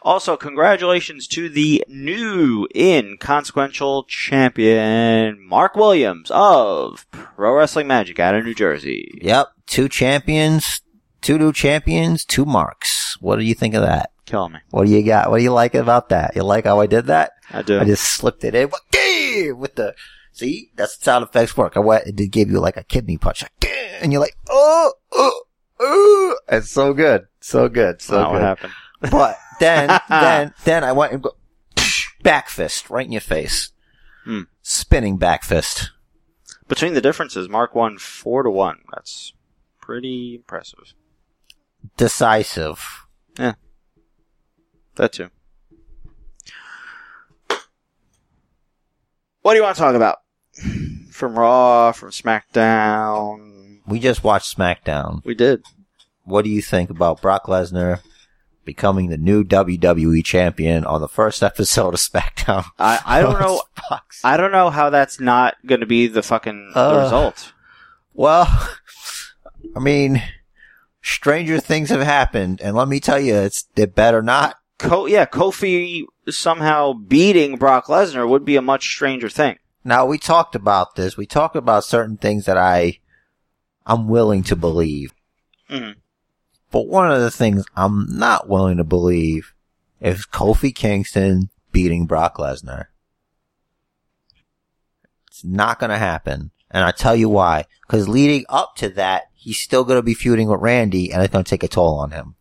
Speaker 3: Also, congratulations to the new inconsequential champion, Mark Williams of Pro Wrestling Magic out of New Jersey.
Speaker 1: Yep. Two champions, two new champions, two marks. What do you think of that?
Speaker 3: Killing me.
Speaker 1: What do you got? What do you like about that? You like how I did that?
Speaker 3: I do.
Speaker 1: I just slipped it in. Wah-gee! With the see, that's the sound effects work. I went, it did give you like a kidney punch, Like, "Gah!" and you're like, oh, oh, oh. It's so good, so good,
Speaker 3: That's not
Speaker 1: so
Speaker 3: what
Speaker 1: good.
Speaker 3: happened.
Speaker 1: But then, then, then I went and go back fist right in your face,
Speaker 3: Hmm.
Speaker 1: spinning back fist.
Speaker 3: Between the differences, Mark won four to one. That's pretty impressive.
Speaker 1: decisive.
Speaker 3: That too. What do you want to talk about? From Raw, from SmackDown.
Speaker 1: We just watched SmackDown.
Speaker 3: We did.
Speaker 1: What do you think about Brock Lesnar becoming the new WWE champion on the first episode of SmackDown?
Speaker 3: I, I don't know.
Speaker 1: Fox?
Speaker 3: I don't know how that's not going to be the fucking the
Speaker 1: Uh.
Speaker 3: result.
Speaker 1: Well, I mean, stranger things have happened, and let me tell you, it's it better not.
Speaker 3: Co- yeah, Kofi somehow beating Brock Lesnar would be a much stranger thing.
Speaker 1: Now we talked about this. We talked about certain things that I, I'm willing to believe.
Speaker 3: Mhm.
Speaker 1: But one of the things I'm not willing to believe is Kofi Kingston beating Brock Lesnar. It's not going to happen. And I tell you why. Because leading up to that, he's still going to be feuding with Randy, and it's going to take a toll on him.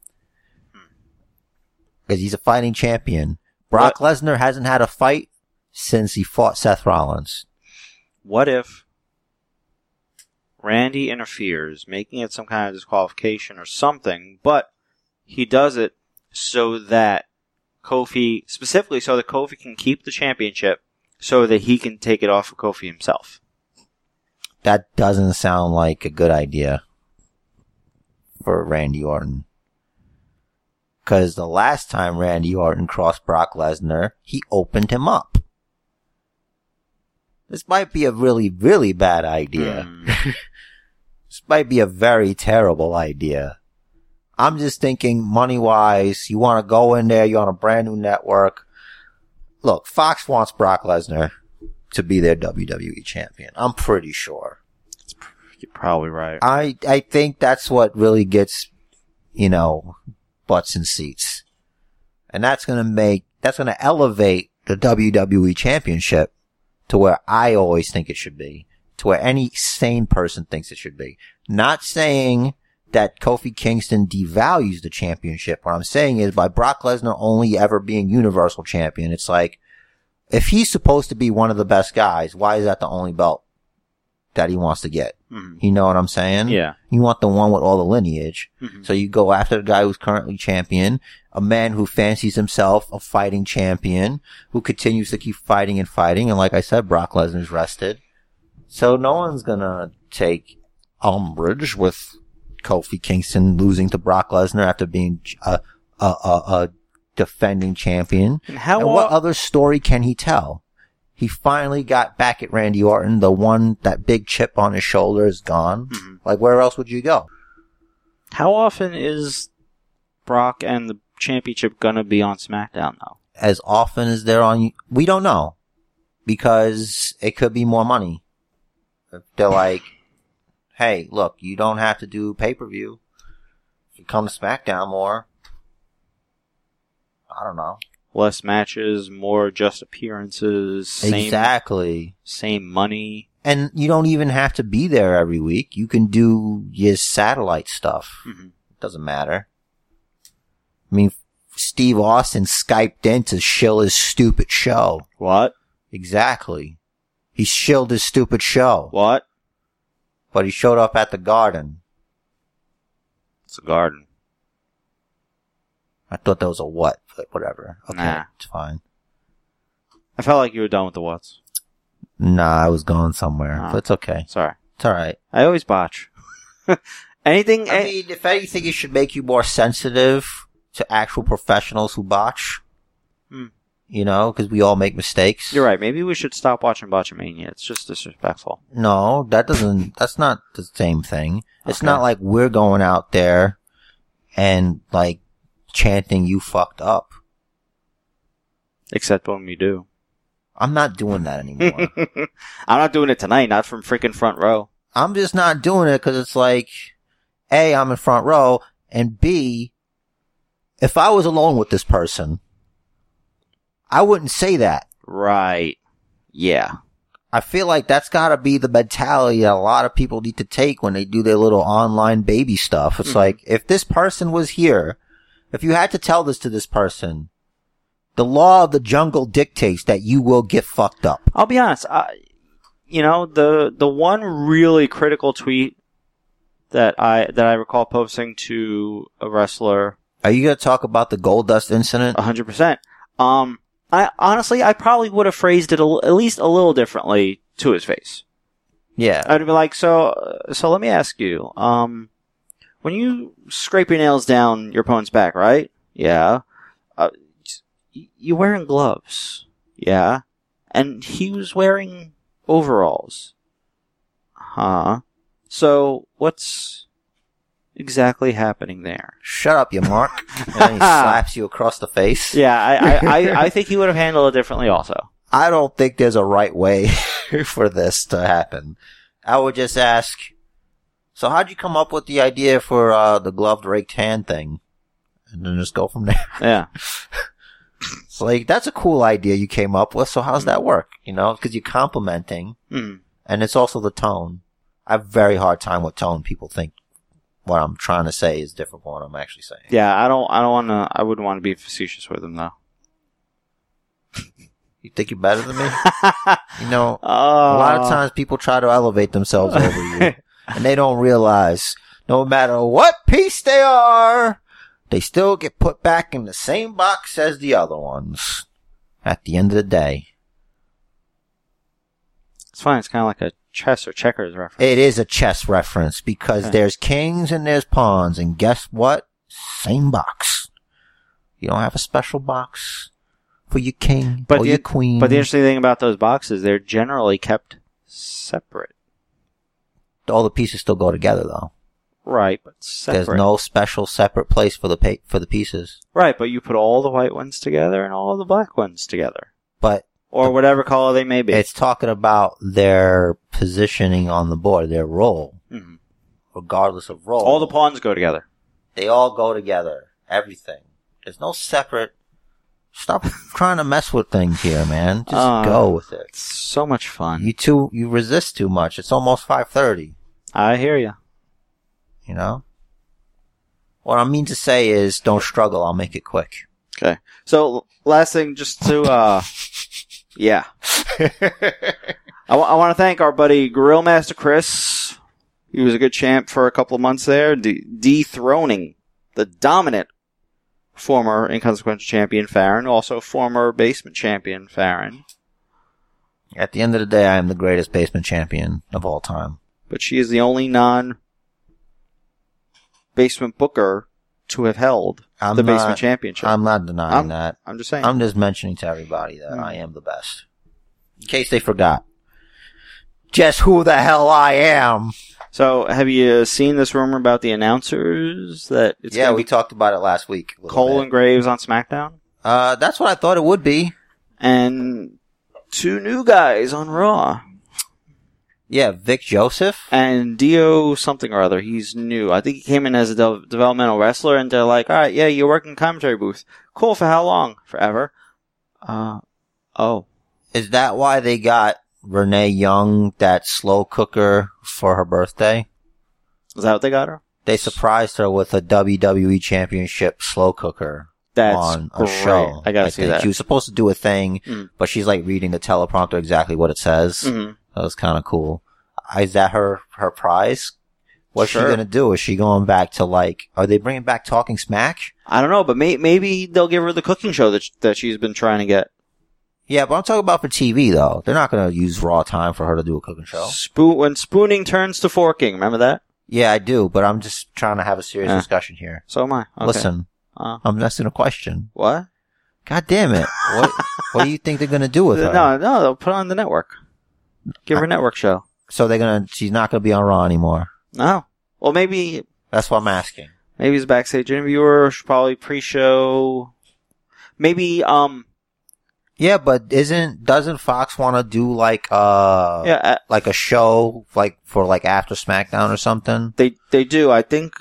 Speaker 1: Because he's a fighting champion. Brock Lesnar hasn't had a fight since he fought Seth Rollins.
Speaker 3: What if Randy interferes, making it some kind of disqualification or something, but he does it so that Kofi, specifically so that Kofi can keep the championship so that he can take it off of Kofi himself?
Speaker 1: That doesn't sound like a good idea for Randy Orton. Because the last time Randy Orton crossed Brock Lesnar, he opened him up. This might be a really, really bad idea.
Speaker 3: Hmm.
Speaker 1: This might be a very terrible idea. I'm just thinking money wise, you want to go in there, you're on a brand new network. Look, Fox wants Brock Lesnar to be their WWE champion. I'm pretty sure.
Speaker 3: You're probably right.
Speaker 1: I, I think that's what really gets, you know, butts and seats. And that's going to make, that's going to elevate the WWE championship to where I always think it should be, to where any sane person thinks it should be. Not saying that Kofi Kingston devalues the championship. What I'm saying is by Brock Lesnar only ever being universal champion, it's like, if he's supposed to be one of the best guys, why is that the only belt that he wants to get?
Speaker 3: Mhm.
Speaker 1: You know what I'm saying?
Speaker 3: Yeah.
Speaker 1: You want the one with all the lineage. So you go after the guy who's currently champion, a man who fancies himself a fighting champion, who continues to keep fighting and fighting. And like I said, Brock Lesnar's rested. So no one's gonna take umbrage with Kofi Kingston losing to Brock Lesnar after being a, a, a, a defending champion.
Speaker 3: And how
Speaker 1: and what
Speaker 3: o-
Speaker 1: other story can he tell? He finally got back at Randy Orton. The one, that big chip on his shoulder is gone. Like, where else would you go?
Speaker 3: how often is Brock and the championship gonna be on SmackDown though?
Speaker 1: as often as they're on. We don't know because it could be more money. If They're like, hey, look, you don't have to do pay per view. You come to SmackDown more. I don't know.
Speaker 3: Less matches, more just appearances, same
Speaker 1: Exactly.
Speaker 3: same money.
Speaker 1: And you don't even have to be there every week. You can do your satellite stuff.
Speaker 3: Mhm.
Speaker 1: It doesn't matter. I mean, Steve Austin Skyped in to shill his stupid show.
Speaker 3: What?
Speaker 1: Exactly. He shilled his stupid show,
Speaker 3: What?
Speaker 1: but he showed up at the garden.
Speaker 3: It's a garden.
Speaker 1: I thought that was a what, but whatever. Okay,
Speaker 3: Nah.
Speaker 1: it's fine.
Speaker 3: I felt like you were done with the what's.
Speaker 1: Nah, I was going somewhere,
Speaker 3: Ah.
Speaker 1: but it's okay.
Speaker 3: Sorry.
Speaker 1: It's alright.
Speaker 3: I always botch. Anything eh,
Speaker 1: I
Speaker 3: a-
Speaker 1: mean, if anything, it should make you more sensitive to actual professionals who botch.
Speaker 3: Hmm.
Speaker 1: You know, because we all make mistakes.
Speaker 3: You're right. Maybe we should stop watching Botchamania. It's just disrespectful.
Speaker 1: No, that doesn't, that's not the same thing. It's
Speaker 3: Okay.
Speaker 1: not like we're going out there and like chanting you fucked up.
Speaker 3: Except when we do.
Speaker 1: I'm not doing that anymore.
Speaker 3: I'm not doing it tonight. Not from freaking front row.
Speaker 1: I'm just not doing it because it's like, A, I'm in front row, and B, if I was alone with this person, I wouldn't say that.
Speaker 3: Right. Yeah.
Speaker 1: I feel like that's gotta be the mentality that a lot of people need to take when they do their little online baby stuff. It's
Speaker 3: Mhm.
Speaker 1: like, if this person was here, if you had to tell this to this person, the law of the jungle dictates that you will get fucked up.
Speaker 3: I'll be honest. I, you know, the the one really critical tweet that I that I recall posting to a wrestler
Speaker 1: Are you gonna talk about the gold dust incident?
Speaker 3: A hundred percent. Um, I honestly, I probably would have phrased it a l at least a little differently to his face.
Speaker 1: yeah.
Speaker 3: I'd be like, so, uh, so let me ask you, um, when you scrape your nails down your opponent's back, right? Yeah. Uh, y- you're wearing gloves. Yeah. And he was wearing overalls. Huh. So, what's exactly happening there?
Speaker 1: shut up, you mark. and then he slaps you across the face.
Speaker 3: Yeah, I, I, I, I think he would have handled it differently also.
Speaker 1: I don't think there's a right way for this to happen. I would just ask, so how'd you come up with the idea for, uh, the gloved raked hand thing? And then just go from there.
Speaker 3: Yeah.
Speaker 1: It's like, that's a cool idea you came up with, so how's that work? You know, cause you're complimenting,
Speaker 3: Mm.
Speaker 1: and it's also the tone. I have a very hard time with tone. People think what I'm trying to say is different from what I'm actually saying.
Speaker 3: Yeah, I don't. I don't want to. I wouldn't want to be facetious with him though.
Speaker 1: You think you're better than me?
Speaker 3: Uh,
Speaker 1: You know,
Speaker 3: a
Speaker 1: A lot
Speaker 3: Uh.
Speaker 1: of times people try to elevate themselves over you and they don't realize no matter what piece they are, they still get put back in the same box as the other ones at the end of the day.
Speaker 3: it's fine. It's kind of like a chess or checkers reference.
Speaker 1: It is a chess reference because
Speaker 3: Huh.
Speaker 1: there's kings and there's pawns and guess what? Same box. You don't have a special box for your king
Speaker 3: But
Speaker 1: or
Speaker 3: the-
Speaker 1: your oh, queen.
Speaker 3: But the interesting thing about those boxes, they're generally kept separate.
Speaker 1: all the pieces still go together though.
Speaker 3: Right, but separate.
Speaker 1: There's no special separate place for the pa- for the pieces.
Speaker 3: Right, but you put all the white ones together and all the black ones together.
Speaker 1: But
Speaker 3: Or whatever color they may be.
Speaker 1: it's talking about their positioning on the board, their role,
Speaker 3: Mhm.
Speaker 1: regardless of role.
Speaker 3: All the pawns go together.
Speaker 1: They all go together. Everything. There's no separate. Stop trying to mess with things here, man. Just
Speaker 3: Uh,
Speaker 1: go with it.
Speaker 3: It's so much fun.
Speaker 1: You too. You resist too much. It's almost five thirty.
Speaker 3: I hear you.
Speaker 1: You know. What I mean to say is, don't struggle. I'll make it quick.
Speaker 3: Okay. So last thing, just to uh, yeah, I want to thank our buddy Grill Master Chris. He was a good champ for a couple of months there, de- dethroning the dominant former inconsequential champion Farron, also former basement champion Farron.
Speaker 1: At the end of the day, I am the greatest basement champion of all time.
Speaker 3: But she is the only non basement booker to have held
Speaker 1: I'm
Speaker 3: the
Speaker 1: not-
Speaker 3: basement championship. I'm,
Speaker 1: I'm not denying
Speaker 3: I'm-
Speaker 1: that.
Speaker 3: just saying.
Speaker 1: I'm just mentioning to everybody that I am the best. In case they forgot. Just who the hell I am.
Speaker 3: so have you seen this rumor about the announcers that it's
Speaker 1: yeah,
Speaker 3: gonna
Speaker 1: we
Speaker 3: be
Speaker 1: talked about it last week. a little
Speaker 3: Cole
Speaker 1: bit.
Speaker 3: and Graves on SmackDown?
Speaker 1: Uh, that's what I thought it would be.
Speaker 3: and two new guys on Raw.
Speaker 1: Yeah, Vic Joseph.
Speaker 3: And Dio something or other. He's new. I think he came in as a de- developmental wrestler, and they're like, all right, yeah, you're working commentary booth. Cool, for how long? Forever. Uh, oh.
Speaker 1: Is that why they got Renee Young, that slow cooker, for her birthday?
Speaker 3: Is that what they got her?
Speaker 1: They surprised her with a WWE Championship slow cooker
Speaker 3: That's
Speaker 1: on a
Speaker 3: great.
Speaker 1: show.
Speaker 3: I gotta see
Speaker 1: think.
Speaker 3: that.
Speaker 1: She was supposed to do a thing,
Speaker 3: Mm.
Speaker 1: but she's like reading the teleprompter exactly what it says.
Speaker 3: Mhm.
Speaker 1: That was kind of cool. Is that her her prize? What's
Speaker 3: Sure.
Speaker 1: she gonna do? Is she going back to like? Are they bringing back Talking Smack?
Speaker 3: I don't know, but may- maybe they'll give her the cooking show that, sh- that she's been trying to get.
Speaker 1: Yeah, but I'm talking about for TV though. They're not gonna use raw time for her to do a cooking show.
Speaker 3: Spoo- when spooning turns to forking, remember that?
Speaker 1: Yeah, I do, but I'm just trying to have a serious
Speaker 3: Yeah.
Speaker 1: discussion here.
Speaker 3: So am I. Uh, Okay.
Speaker 1: Listen,
Speaker 3: Uh,
Speaker 1: I'm asking a question.
Speaker 3: what?
Speaker 1: God damn it! what What do you think they're gonna do with her?
Speaker 3: Uh, No, no, they'll put it on the network. Give her a network show.
Speaker 1: So they're gonna. She's not gonna be on Raw anymore.
Speaker 3: No. Well, maybe
Speaker 1: That's what I'm asking.
Speaker 3: Maybe he's a backstage interviewer, should probably pre-show. Maybe, um,
Speaker 1: Yeah, but isn't doesn't Fox want to do like uh
Speaker 3: yeah, uh,
Speaker 1: like a show like for like after SmackDown or something?
Speaker 3: they they do. I think,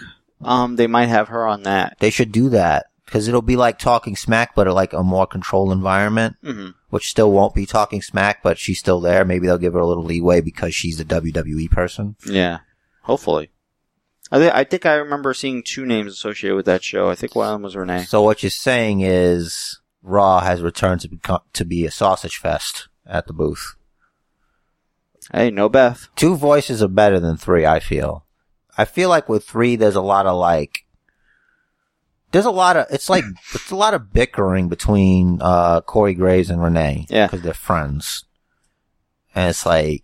Speaker 3: um, they might have her on that.
Speaker 1: They should do that because it'll be like Talking Smack, but like a more controlled environment,
Speaker 3: hmm
Speaker 1: which still won't be Talking Smack, but she's still there. Maybe they'll give her a little leeway because she's a WWE E person.
Speaker 3: Yeah, hopefully. I think I think I remember seeing two names associated with that show. I think one of them was Renee.
Speaker 1: So what you're saying is Raw has returned to become to be a sausage fest at the booth.
Speaker 3: Hey, no Beth.
Speaker 1: two voices are better than three, I feel. I feel like with three, there's a lot of like, there's a lot of, it's like, it's a lot of bickering between, uh, Corey Graves and Renee.
Speaker 3: Yeah.
Speaker 1: Cause they're friends. And it's like,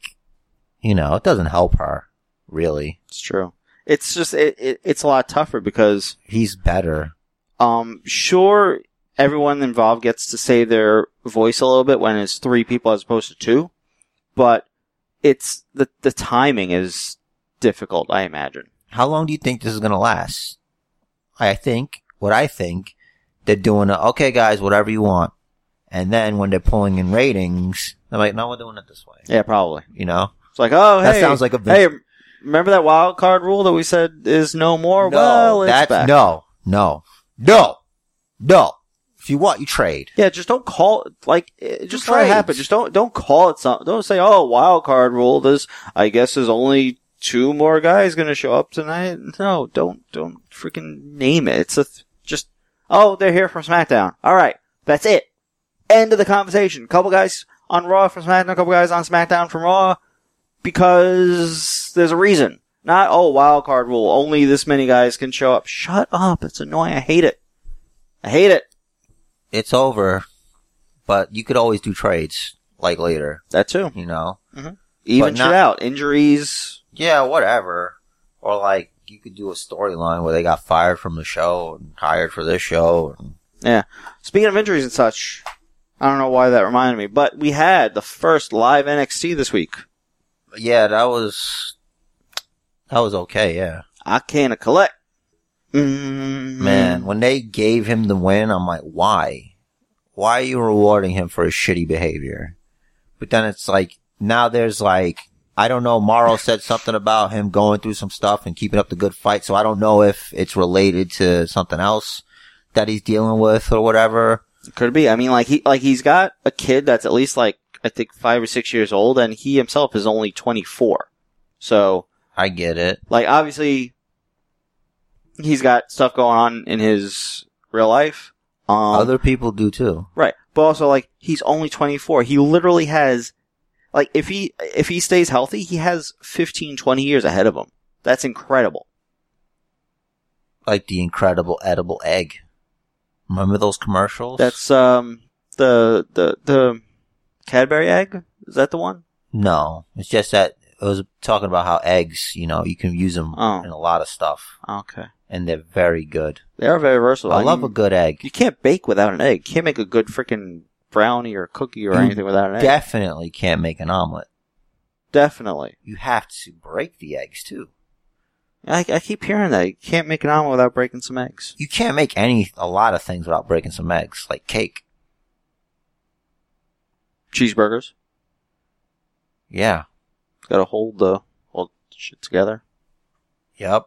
Speaker 1: you know, it doesn't help her, really.
Speaker 3: It's true. It's just it, it it's a lot tougher because
Speaker 1: He's better.
Speaker 3: um sure everyone involved gets to say their voice a little bit when it's three people as opposed to two but it's the the timing is difficult i imagine
Speaker 1: How long do you think this is going to last? I think, what I think, they're doing a, okay guys, whatever you want. And then when they're pulling in ratings, they're like, no, we're doing it this way.
Speaker 3: yeah probably
Speaker 1: You know?
Speaker 3: it's like oh
Speaker 1: That
Speaker 3: hey,
Speaker 1: sounds like a Vince-
Speaker 3: hey remember that wild card rule that we said is no more
Speaker 1: no,
Speaker 3: well it's
Speaker 1: that's
Speaker 3: back.
Speaker 1: no, no, no, no. If you want, you trade.
Speaker 3: yeah just don't call it like it, just
Speaker 1: Who
Speaker 3: let it
Speaker 1: trades?
Speaker 3: happen just don't don't call it something don't say oh wild card rule this i guess there's only two more guys gonna show up tonight no don't don't freaking name it it's a th- just oh they're here from smackdown all right that's it end of the conversation couple guys on raw from smackdown couple guys on smackdown from raw because there's a reason not oh wild card rule only this many guys can show up shut up it's annoying i hate it i hate it
Speaker 1: It's over, but you could always do trades like later.
Speaker 3: that too
Speaker 1: You know?
Speaker 3: even
Speaker 1: But
Speaker 3: shit
Speaker 1: not-
Speaker 3: out. Injuries.
Speaker 1: Yeah, whatever. Or like you could do a storyline where they got fired from the show and hired for this show. And
Speaker 3: Yeah. Speaking of injuries and such, I don't know why that reminded me, but we had the first live NXT this week.
Speaker 1: Yeah, that was that was okay. Yeah,
Speaker 3: I can't collect. Mm.
Speaker 1: man, when they gave him the win, I'm like, why? Why are you rewarding him for his shitty behavior? But then it's like now there's like I don't know. Morrow said something about him going through some stuff and keeping up the good fight, so I don't know if it's related to something else that he's dealing with or whatever.
Speaker 3: Could be. I mean, like he like he's got a kid that's at least like I think five or six years old, and he himself is only twenty four. So
Speaker 1: I get it.
Speaker 3: like obviously, he's got stuff going on in his real life. Um,
Speaker 1: Other people do too.
Speaker 3: right, but also like he's only twenty four. He literally has like if he if he stays healthy, he has 15, 20 years ahead of him. That's incredible.
Speaker 1: Like the incredible edible egg. Remember those commercials?
Speaker 3: That's um the the the Cadbury egg. Is that the one?
Speaker 1: no. It's just that it was talking about how eggs, you know, you can use them
Speaker 3: Oh.
Speaker 1: in a lot of stuff,
Speaker 3: Okay,
Speaker 1: and they're very good.
Speaker 3: they are very versatile.
Speaker 1: I love
Speaker 3: You-
Speaker 1: a good egg.
Speaker 3: You can't bake without an egg. You can't make a good freaking brownie or cookie or
Speaker 1: You
Speaker 3: anything without an egg.
Speaker 1: Definitely can't make an omelet.
Speaker 3: Definitely.
Speaker 1: You have to break the eggs too.
Speaker 3: I, I keep hearing that. You can't make an omelet without breaking some eggs.
Speaker 1: You can't make any a lot of things without breaking some eggs, like cake.
Speaker 3: Cheeseburgers.
Speaker 1: Yeah.
Speaker 3: Gotta hold the hold shit together.
Speaker 1: Yep.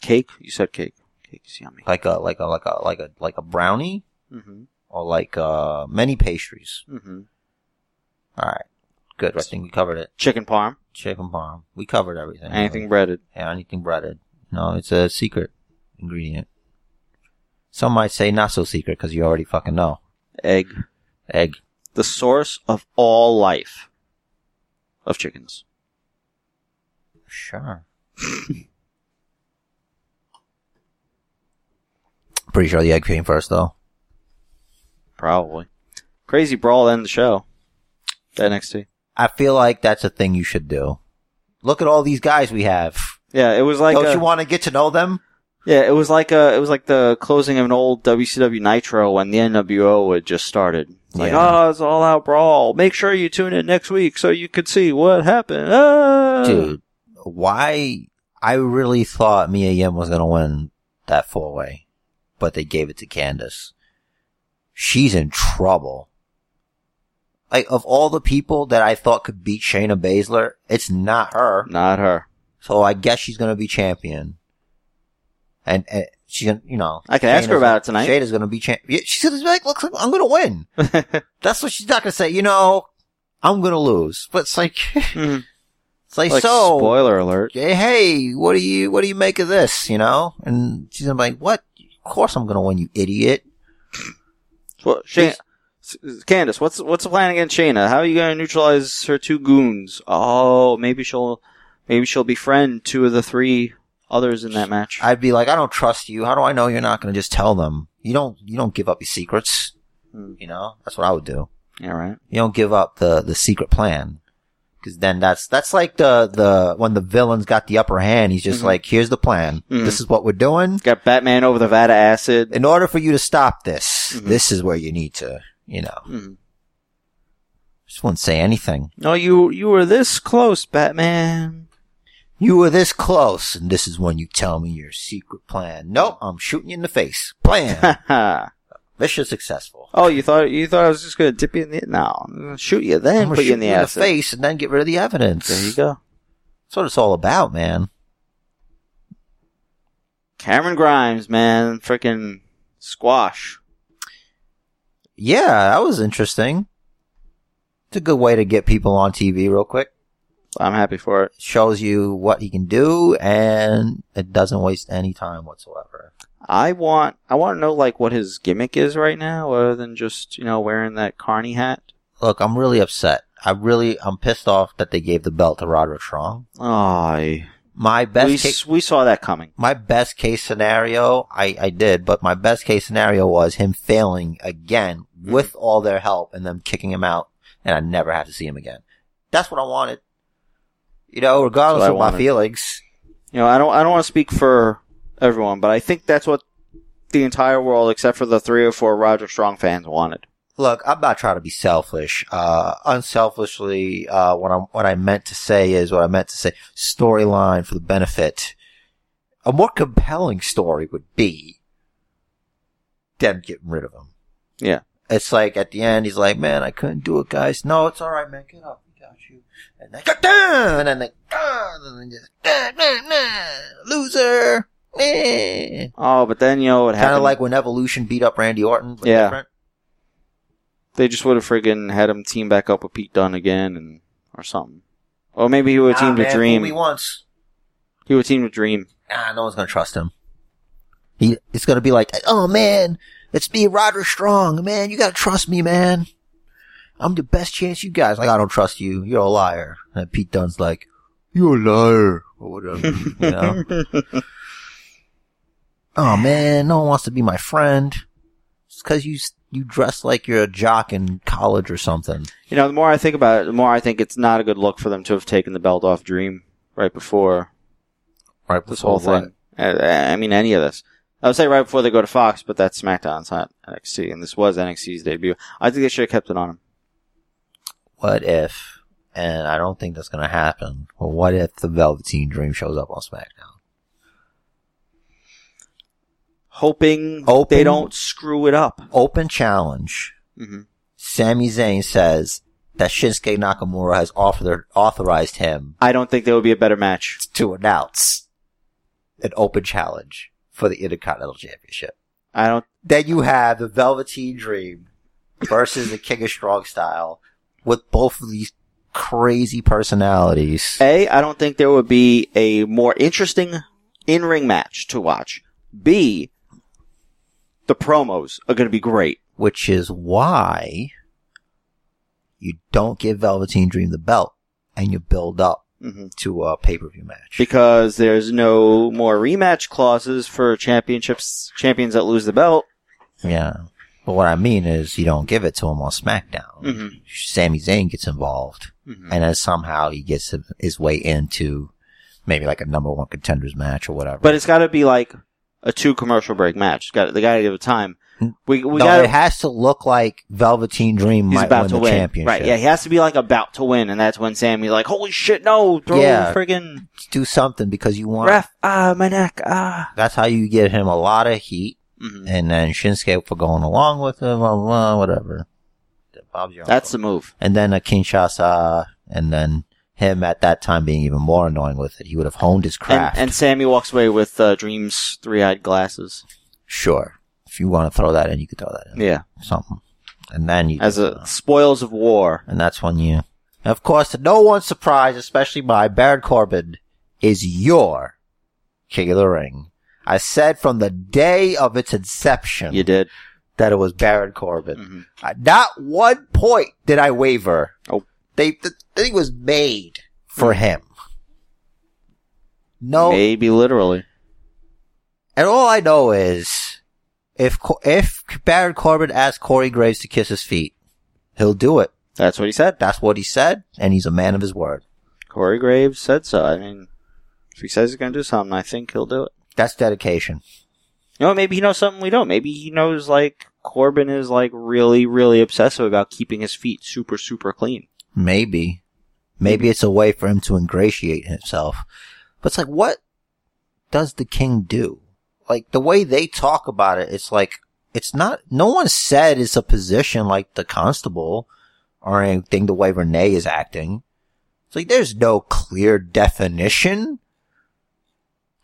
Speaker 3: Cake. You said cake. Cake's yummy.
Speaker 1: Like a like a like a like a like a brownie
Speaker 3: Mm-hmm.
Speaker 1: or like uh many pastries.
Speaker 3: Mm-hmm.
Speaker 1: All right. Good. I think we covered it.
Speaker 3: Chicken parm.
Speaker 1: Chicken parm. We covered everything.
Speaker 3: Anything breaded.
Speaker 1: Yeah, anything breaded. No, it's a secret ingredient. Some might say not so secret because you already fucking know.
Speaker 3: Egg.
Speaker 1: Egg.
Speaker 3: The source of all life. Of chickens.
Speaker 1: Sure. Pretty sure the egg came first though.
Speaker 3: Probably. Crazy brawl to end the show. The NXT.
Speaker 1: I feel like that's a thing you should do. Look at all these guys we have.
Speaker 3: Yeah, it was like uh,
Speaker 1: Don't
Speaker 3: a-
Speaker 1: you want to get to know them?
Speaker 3: Yeah, it was like uh it was like the closing of an old WCW Nitro when the NWO had just started. It's like,
Speaker 1: Yeah.
Speaker 3: oh, it's all out brawl. Make sure you tune in next week so you can see what happened. Ah!
Speaker 1: Dude, why? I really thought Mia Yim was going to win that four way, but they gave it to Candace. She's in trouble. Like, of all the people that I thought could beat Shayna Baszler, it's not her.
Speaker 3: not her.
Speaker 1: So I guess she's going to be champion. And, and she's gonna, you know.
Speaker 3: I can ask her
Speaker 1: Shayna's-
Speaker 3: about it tonight.
Speaker 1: Shayna's going to be champ. Yeah, she's going to be like, looks like I'm going to win. That's what she's not going to say. You know, I'm going to lose. But it's like,
Speaker 3: Mhm.
Speaker 1: it's like,
Speaker 3: Like,
Speaker 1: so.
Speaker 3: spoiler alert.
Speaker 1: Hey, hey, what do you what do you make of this? You know, and she's gonna be like, "What? Of course I'm gonna win, you idiot."
Speaker 3: Well, Shayna, S- Candace, what's what's the plan against Shayna? How are you going to neutralize her two goons? Oh, maybe she'll maybe she'll befriend two of the three others in that match.
Speaker 1: I'd be like, "I don't trust you. How do I know you're not gonna just tell them? You don't you don't give up your secrets.
Speaker 3: Hmm.
Speaker 1: You know, that's what I would do.
Speaker 3: yeah, right.
Speaker 1: You don't give up the the secret plan, because then that's that's like the the when the villain's got the upper hand, he's just
Speaker 3: Mhm.
Speaker 1: like, "Here's the plan.
Speaker 3: Mhm.
Speaker 1: This is what we're doing.
Speaker 3: Got Batman over the Vada acid.
Speaker 1: In order for you to stop this,
Speaker 3: Mhm.
Speaker 1: this is where you need to, you know."
Speaker 3: Mhm.
Speaker 1: Just wouldn't say anything.
Speaker 3: No, you you were this close, Batman.
Speaker 1: You were this close, and this is when you tell me your secret plan. Nope, I'm shooting you in the face. Plan.
Speaker 3: oh,
Speaker 1: Mission successful.
Speaker 3: you thought you thought I was just gonna dip you in the no, I'm gonna shoot you
Speaker 1: I'm
Speaker 3: then
Speaker 1: gonna
Speaker 3: put you
Speaker 1: shoot
Speaker 3: in the ass.
Speaker 1: face and then get rid of the evidence.
Speaker 3: There you go.
Speaker 1: That's what it's all about, man.
Speaker 3: Cameron Grimes, man, freaking squash.
Speaker 1: Yeah, that was interesting. It's a good way to get people on TV real quick.
Speaker 3: I'm happy for it.
Speaker 1: Shows you what he can do, and it doesn't waste any time whatsoever.
Speaker 3: I want I want to know like what his gimmick is right now, other than just you know wearing that carny hat.
Speaker 1: Look, I'm really upset. I really, I'm pissed off that they gave the belt to Roderick Strong.
Speaker 3: Oh,
Speaker 1: My best
Speaker 3: we,
Speaker 1: case-
Speaker 3: s we saw that coming.
Speaker 1: my best case scenario, I, I did, but my best case scenario was him failing again
Speaker 3: Mm-hmm.
Speaker 1: with all their help and them kicking him out and I never have to see him again. That's what I wanted. You know, regardless
Speaker 3: That's what I
Speaker 1: of my
Speaker 3: wanted.
Speaker 1: feelings.
Speaker 3: You know I don't I don't want to speak for everyone, but I think that's what the entire world, except for the three or four Roger Strong fans, wanted.
Speaker 1: Look, I'm not trying to be selfish. Uh, unselfishly, uh, what I'm, what I meant to say is what I meant to say. Storyline for the benefit. A more compelling story would be them getting rid of him.
Speaker 3: Yeah.
Speaker 1: It's like at the end, he's like, man, I couldn't do it, guys. No, it's all right, man. Get up. We got you. And they, and then they, and then just, loser. Eh.
Speaker 3: Oh, but then you know what
Speaker 1: Kind
Speaker 3: happened?
Speaker 1: of like when Evolution beat up Randy Orton. but
Speaker 3: Yeah.
Speaker 1: different.
Speaker 3: they just would have friggin' had him team back up with Pete Dunne again, and or something. Or maybe he would
Speaker 1: Nah,
Speaker 3: team with
Speaker 1: Ah, man,
Speaker 3: Dream.
Speaker 1: fool me once.
Speaker 3: He would team with Dream.
Speaker 1: Nah, no one's gonna trust him. He, it's gonna be like, oh man, it's me, Roger Strong. Man, you gotta trust me, man. I'm the best chance you guys. Like, I don't trust you. You're a liar. And Pete Dunne's like, you're a liar. Or whatever. you know? Oh man, no one wants to be my friend. It's cause you, s- you dress like you're a jock in college or something.
Speaker 3: You know, the more I think about it, the more I think it's not a good look for them to have taken the belt off Dream right before
Speaker 1: Right,
Speaker 3: this whole thing. Uh, I, I mean, any of this. I would say right before they go to Fox, but that's SmackDown, it's not NXT, and this was NXT's debut. I think they should have kept it on him.
Speaker 1: What if, and I don't think that's gonna happen, but what if the Velveteen Dream shows up on SmackDown?
Speaker 3: Hoping
Speaker 1: Hoping-
Speaker 3: they don't screw it up.
Speaker 1: Open challenge.
Speaker 3: hmm
Speaker 1: Sami Zayn says that Shinsuke Nakamura has author- authorized him
Speaker 3: I don't think there would be a better match.
Speaker 1: to announce an open challenge for the Intercontinental Championship.
Speaker 3: I don't.
Speaker 1: Then you have the Velveteen Dream versus the King of Strong Style with both of these crazy personalities.
Speaker 3: A, I don't think there would be a more interesting in ring match to watch. B, the promos are going to be great.
Speaker 1: which is why you don't give Velveteen Dream the belt and you build up
Speaker 3: hmm
Speaker 1: to a pay-per-view match.
Speaker 3: Because there's no more rematch clauses for championships, champions that lose the belt.
Speaker 1: yeah. But what I mean is you don't give it to him on SmackDown.
Speaker 3: Mm-hmm.
Speaker 1: Sami Zayn gets involved and then somehow he gets his way into maybe like a number one contenders match or whatever.
Speaker 3: But it's got to be like a two commercial break match. Got they got to give it time. We we
Speaker 1: no,
Speaker 3: got
Speaker 1: it has to look like Velveteen Dream
Speaker 3: He's
Speaker 1: might
Speaker 3: about
Speaker 1: win
Speaker 3: to
Speaker 1: the
Speaker 3: win,
Speaker 1: championship.
Speaker 3: right? Yeah, he has to be like about to win, and that's when Sammy's like, "Holy shit, no! Throw
Speaker 1: Yeah.
Speaker 3: friggin'
Speaker 1: Do something because you want.
Speaker 3: ref! Ah, my neck! Ah!"
Speaker 1: That's how you get him a lot of heat,
Speaker 3: Mhm.
Speaker 1: and then Shinsuke for going along with him, blah, blah, whatever. Bob's your
Speaker 3: That's
Speaker 1: uncle.
Speaker 3: the move.
Speaker 1: and then a Kinshasa, and then him at that time being even more annoying with it. He would have honed his
Speaker 3: And,
Speaker 1: craft.
Speaker 3: and Sammy walks away with uh, Dream's three-eyed glasses.
Speaker 1: sure, if you want to throw that in, you could throw that in
Speaker 3: Yeah,
Speaker 1: something, and then you
Speaker 3: as a spoils of war.
Speaker 1: And that's when you, and of course, to no one's surprise, especially by Baron Corbin, is your King of the Ring. I said from the day of its inception
Speaker 3: You did.
Speaker 1: that it was Baron Corbin.
Speaker 3: Mhm.
Speaker 1: I- Not one point did I waver.
Speaker 3: Oh.
Speaker 1: They, the thing was made for him. No,
Speaker 3: Maybe literally.
Speaker 1: and all I know is if Co- if Baron Corbin asks Corey Graves to kiss his feet, he'll do it.
Speaker 3: That's what he said.
Speaker 1: That's what he said, and he's a man of his word.
Speaker 3: Corey Graves said so. I mean, if he says he's going to do something, I think he'll do it.
Speaker 1: That's dedication.
Speaker 3: You know, Oh, maybe he knows something we don't. Maybe he knows like Corbin is like really, really obsessive about keeping his feet super, super clean.
Speaker 1: Maybe, maybe it's a way for him to ingratiate himself. But it's like, what does the king do? Like the way they talk about it, it's like it's not. No one said it's a position like the constable or anything. The way Renee is acting, it's like there's no clear definition.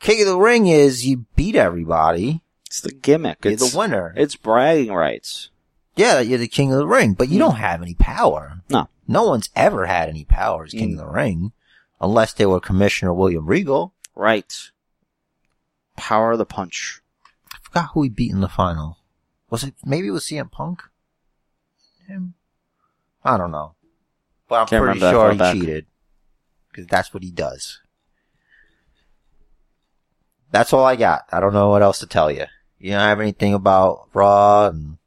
Speaker 1: King of the ring is you beat everybody.
Speaker 3: It's the gimmick.
Speaker 1: You're
Speaker 3: it's
Speaker 1: the winner.
Speaker 3: It's bragging rights.
Speaker 1: Yeah, you're the king of the ring, but you don't have any power.
Speaker 3: Hmm. No.
Speaker 1: No one's ever had any power as king
Speaker 3: Mm.
Speaker 1: of the ring, unless they were Commissioner William Regal.
Speaker 3: Right. Power of the punch.
Speaker 1: I forgot who he beat in the final. Was it maybe it was CM Punk? Him? I don't know, but I'm
Speaker 3: Can't
Speaker 1: pretty
Speaker 3: remember that
Speaker 1: sure
Speaker 3: far
Speaker 1: he
Speaker 3: back.
Speaker 1: cheated because that's what he does. That's all I got. I don't know what else to tell you. You don't have anything about Raw and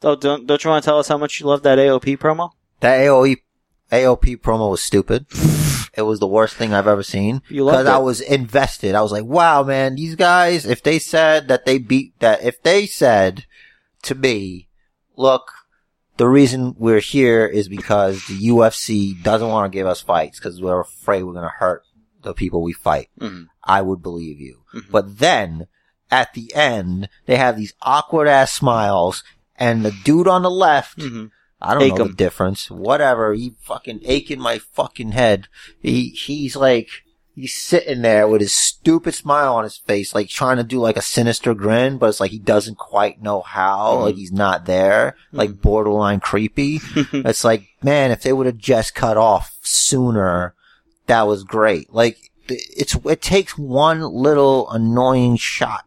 Speaker 3: Though, don't, don't you want to tell us how much you love that AOP promo?
Speaker 1: that E, AOE. AOP promo was stupid. It was the worst thing I've ever seen
Speaker 3: You loved
Speaker 1: I
Speaker 3: it.
Speaker 1: was invested. I was like, "Wow, man, these guys! If they said that they beat that, if they said to me, look, the reason we're here is because the UFC doesn't want to give us fights because we're afraid we're going to hurt the people we fight,"
Speaker 3: Mhm.
Speaker 1: I would believe you.
Speaker 3: Mhm.
Speaker 1: But then at the end, they have these awkward ass smiles, and the dude on the left.
Speaker 3: Mhm.
Speaker 1: I don't know the
Speaker 3: Achem.
Speaker 1: difference. Whatever. He fucking aching my fucking head. He he's like he's sitting there with his stupid smile on his face, like trying to do like a sinister grin, but it's like he doesn't quite know how.
Speaker 3: Mhm.
Speaker 1: Like he's not there.
Speaker 3: Mm-hmm.
Speaker 1: Like borderline creepy. it's like man, if they would have just cut off sooner, that was great. Like th- it's it takes one little annoying shot.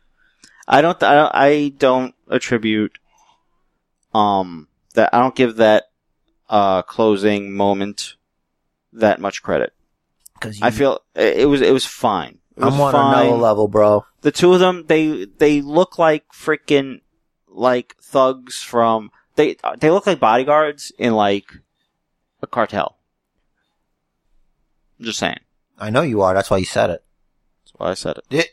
Speaker 3: I don't. I don't, I don't attribute. Um, that I don't give that uh closing moment that much credit.
Speaker 1: Because
Speaker 3: I feel it, it was it was fine. It was
Speaker 1: I'm on
Speaker 3: fine.
Speaker 1: another level, bro.
Speaker 3: The two of them, they they look like freaking like thugs from they they look like bodyguards in like a cartel. I'm just saying.
Speaker 1: I know you are. That's why you said it.
Speaker 3: That's why I said it.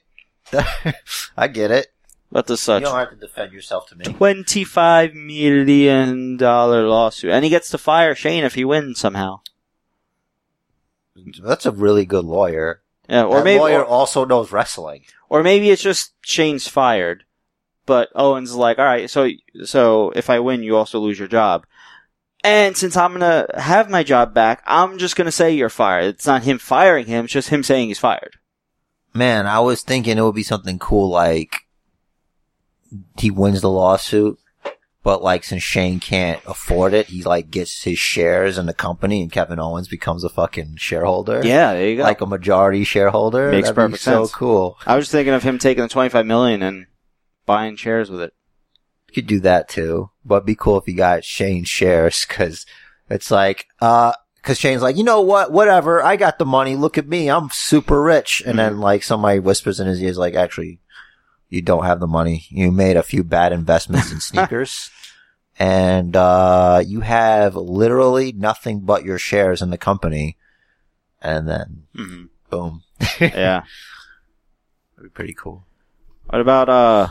Speaker 1: I get it.
Speaker 3: But the such
Speaker 1: You don't have to defend yourself to me.
Speaker 3: twenty-five million dollar lawsuit, and he gets to fire Shane if he wins somehow.
Speaker 1: That's a really good lawyer.
Speaker 3: Yeah, or
Speaker 1: that
Speaker 3: maybe
Speaker 1: lawyer
Speaker 3: or,
Speaker 1: also knows wrestling.
Speaker 3: or maybe it's just Shane's fired, but Owen's like, all right, so so if I win, you also lose your job. And since I'm gonna have my job back, I'm just gonna say you're fired. It's not him firing him; it's just him saying he's fired.
Speaker 1: Man, I was thinking it would be something cool like he wins the lawsuit, but like since Shane can't afford it, he like gets his shares in the company and Kevin Owens becomes a fucking shareholder.
Speaker 3: Yeah, there you go.
Speaker 1: Like a majority shareholder.
Speaker 3: Makes
Speaker 1: That'd be
Speaker 3: perfect
Speaker 1: so
Speaker 3: sense.
Speaker 1: cool.
Speaker 3: I was thinking of him taking the twenty-five million and buying shares with it.
Speaker 1: You could do that too, but it'd be cool if you got Shane shares because it's like, uh, because Shane's like, you know what, whatever, I got the money. Look at me, I'm super rich. And then like somebody whispers in his ears, like, actually, you don't have the money. You made a few bad investments in sneakers, and uh, you have literally nothing but your shares in the company. And then
Speaker 3: hmm
Speaker 1: boom,
Speaker 3: Yeah.
Speaker 1: that'd be pretty cool.
Speaker 3: What about uh?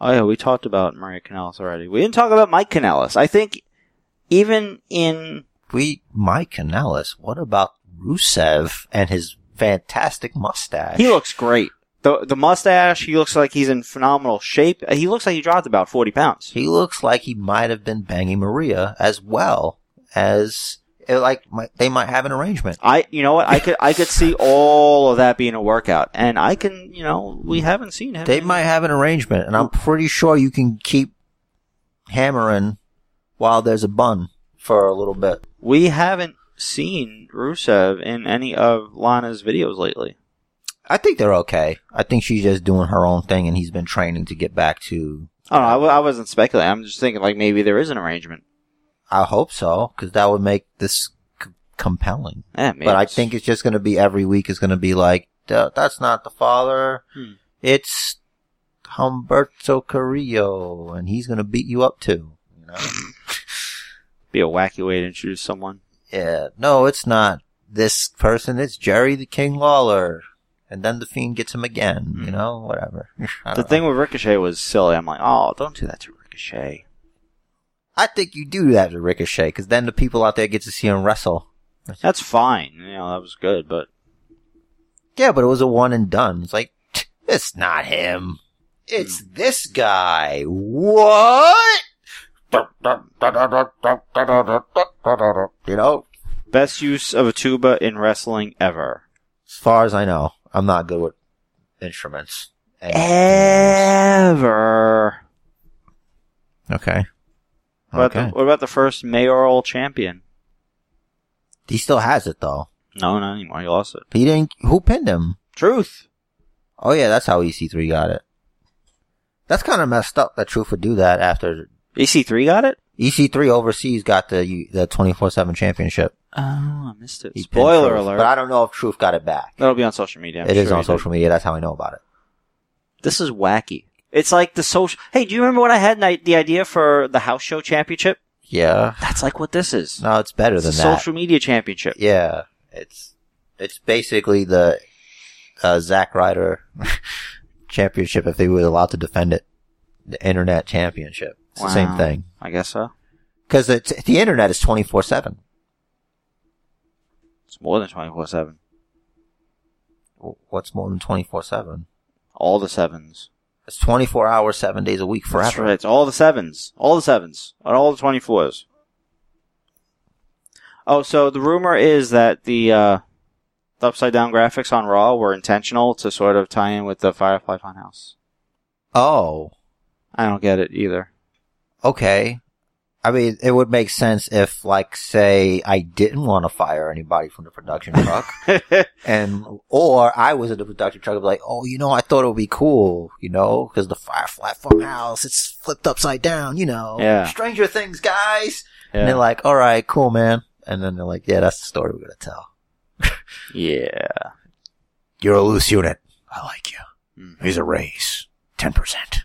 Speaker 3: Oh yeah, we talked about Maria Canales already. We didn't talk about Mike Canales. I think even in
Speaker 1: We, Mike Canales, what about Rusev and his fantastic mustache?
Speaker 3: he looks great. the The mustache, he looks like he's in phenomenal shape. He looks like he dropped about forty pounds.
Speaker 1: He looks like he might have been banging Maria as well as it, like my, they might have an arrangement.
Speaker 3: I, you know what, I could I could see all of that being a workout, and I can, you know, we haven't seen him.
Speaker 1: They might have an arrangement, and I'm pretty sure you can keep hammering while there's a bun for a little bit.
Speaker 3: We haven't seen Rusev in any of Lana's videos lately.
Speaker 1: I think they're okay. I think she's just doing her own thing, and he's been training to get back to.
Speaker 3: I don't know. I, w- I wasn't speculating. I'm just thinking like maybe there is an arrangement.
Speaker 1: I hope so, because that would make this c- compelling.
Speaker 3: Yeah, maybe
Speaker 1: But I
Speaker 3: it's-
Speaker 1: think it's just going to be every week is going to be like, "Th- that's not the father.
Speaker 3: Hmm.
Speaker 1: It's Humberto Carrillo, and he's going to beat you up too. You know?
Speaker 3: be a wacky way to introduce someone.
Speaker 1: yeah. No, it's not this person. It's Jerry the King Lawler. And then the fiend gets him again, you
Speaker 3: Hmm.
Speaker 1: know, whatever. I
Speaker 3: The
Speaker 1: don't
Speaker 3: thing
Speaker 1: know.
Speaker 3: with Ricochet was silly. I'm like, oh, don't do that to Ricochet.
Speaker 1: I think you do that to Ricochet, because then the people out there get to see him wrestle.
Speaker 3: That's fine. You know, that was good, but
Speaker 1: Yeah, but it was a one and done. It's like, "Tch, it's not him. It's this guy. What? You know,
Speaker 3: best use of a tuba in wrestling ever.
Speaker 1: as far as I know, I'm not good with instruments. And-
Speaker 3: Eh. Ever.
Speaker 1: okay.
Speaker 3: What about,
Speaker 1: Okay.
Speaker 3: the, what about the first mayoral champion?
Speaker 1: He still has it though.
Speaker 3: No, not anymore. He lost it.
Speaker 1: He didn't, who pinned him?
Speaker 3: Truth.
Speaker 1: Oh yeah, that's how EC3 got it. That's kind of messed up that Truth would do that after
Speaker 3: EC3 got it?
Speaker 1: EC3 overseas got the, the 24-7 championship.
Speaker 3: Oh, I missed it.
Speaker 1: He pinned
Speaker 3: Spoiler
Speaker 1: Truth,
Speaker 3: alert.
Speaker 1: But I don't know if Truth got it back.
Speaker 3: That'll be on social media. I'm
Speaker 1: It is
Speaker 3: Oh, sure
Speaker 1: on
Speaker 3: he did.
Speaker 1: social media. That's how I know about it.
Speaker 3: This is wacky. It's like the social. Hey, do you remember when I had an i- the idea for the house show championship?
Speaker 1: Yeah.
Speaker 3: That's like what this is.
Speaker 1: No, it's better
Speaker 3: It's a
Speaker 1: than that.
Speaker 3: social media championship.
Speaker 1: Yeah, it's it's basically the uh, Zack Ryder championship if they were allowed to defend it. The internet championship. It's the same
Speaker 3: Wow.
Speaker 1: thing
Speaker 3: I guess so.
Speaker 1: because the internet is twenty four seven.
Speaker 3: It's more than twenty four seven.
Speaker 1: What's more than twenty four seven?
Speaker 3: All the sevens.
Speaker 1: It's twenty four hours, seven days a week,
Speaker 3: That's
Speaker 1: forever.
Speaker 3: right. It's all the sevens. All the sevens. And all the twenty fours. Oh, so the rumor is that the uh, the upside down graphics on Raw were intentional to sort of tie in with the Firefly Funhouse.
Speaker 1: Oh,
Speaker 3: I don't get it either.
Speaker 1: okay. I mean, it would make sense if, like, say, I didn't want to fire anybody from the production truck. And or I was in the production truck, I'd be like, oh, you know, I thought it would be cool, you know, because the Firefly Funhouse, it's flipped upside down, you know.
Speaker 3: Yeah.
Speaker 1: Stranger Things, guys. And
Speaker 3: Yeah.
Speaker 1: they're like, all right, cool, man. And then they're like, yeah, that's the story we're gonna tell.
Speaker 3: yeah.
Speaker 1: You're a loose unit. I like you.
Speaker 3: Mhm.
Speaker 1: Here's a raise, ten percent.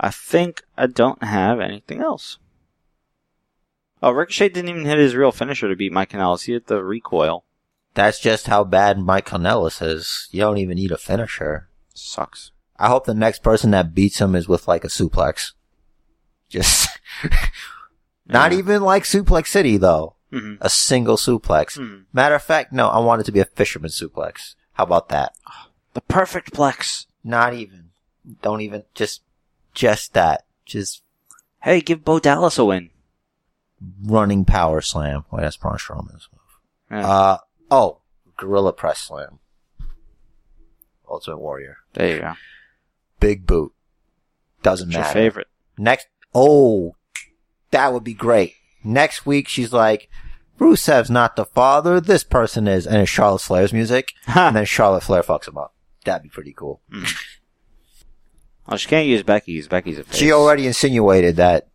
Speaker 3: I think I don't have anything else. Oh, Ricochet didn't even hit his real finisher to beat Mike Canales. He hit the recoil.
Speaker 1: That's just how bad Mike Cornelis is. You don't even need a finisher.
Speaker 3: Sucks.
Speaker 1: I hope the next person that beats him is with like a suplex. Just not
Speaker 3: Yeah.
Speaker 1: even like Suplex City though.
Speaker 3: Mhm.
Speaker 1: a single suplex.
Speaker 3: Mhm.
Speaker 1: Matter of fact, no, I want it to be a fisherman suplex. How about that?
Speaker 3: The perfect plex.
Speaker 1: Not even. Don't even. Just, just that. Just
Speaker 3: Hey, give Bo Dallas a win.
Speaker 1: running power slam. Wait, that's Braun Strowman's move.
Speaker 3: Yeah,
Speaker 1: Uh, oh, gorilla press slam. Ultimate Warrior.
Speaker 3: there you go.
Speaker 1: Big boot. Doesn't
Speaker 3: It's your
Speaker 1: matter.
Speaker 3: favorite.
Speaker 1: Next, oh, that would be great. Next week, she's like, Rusev's not the father, this person is, and it's Charlotte Flair's music,
Speaker 3: Ha.
Speaker 1: and then Charlotte Flair fucks him up. That'd be pretty cool.
Speaker 3: Oh, she can't use Becky's. Becky's a face.
Speaker 1: She already insinuated that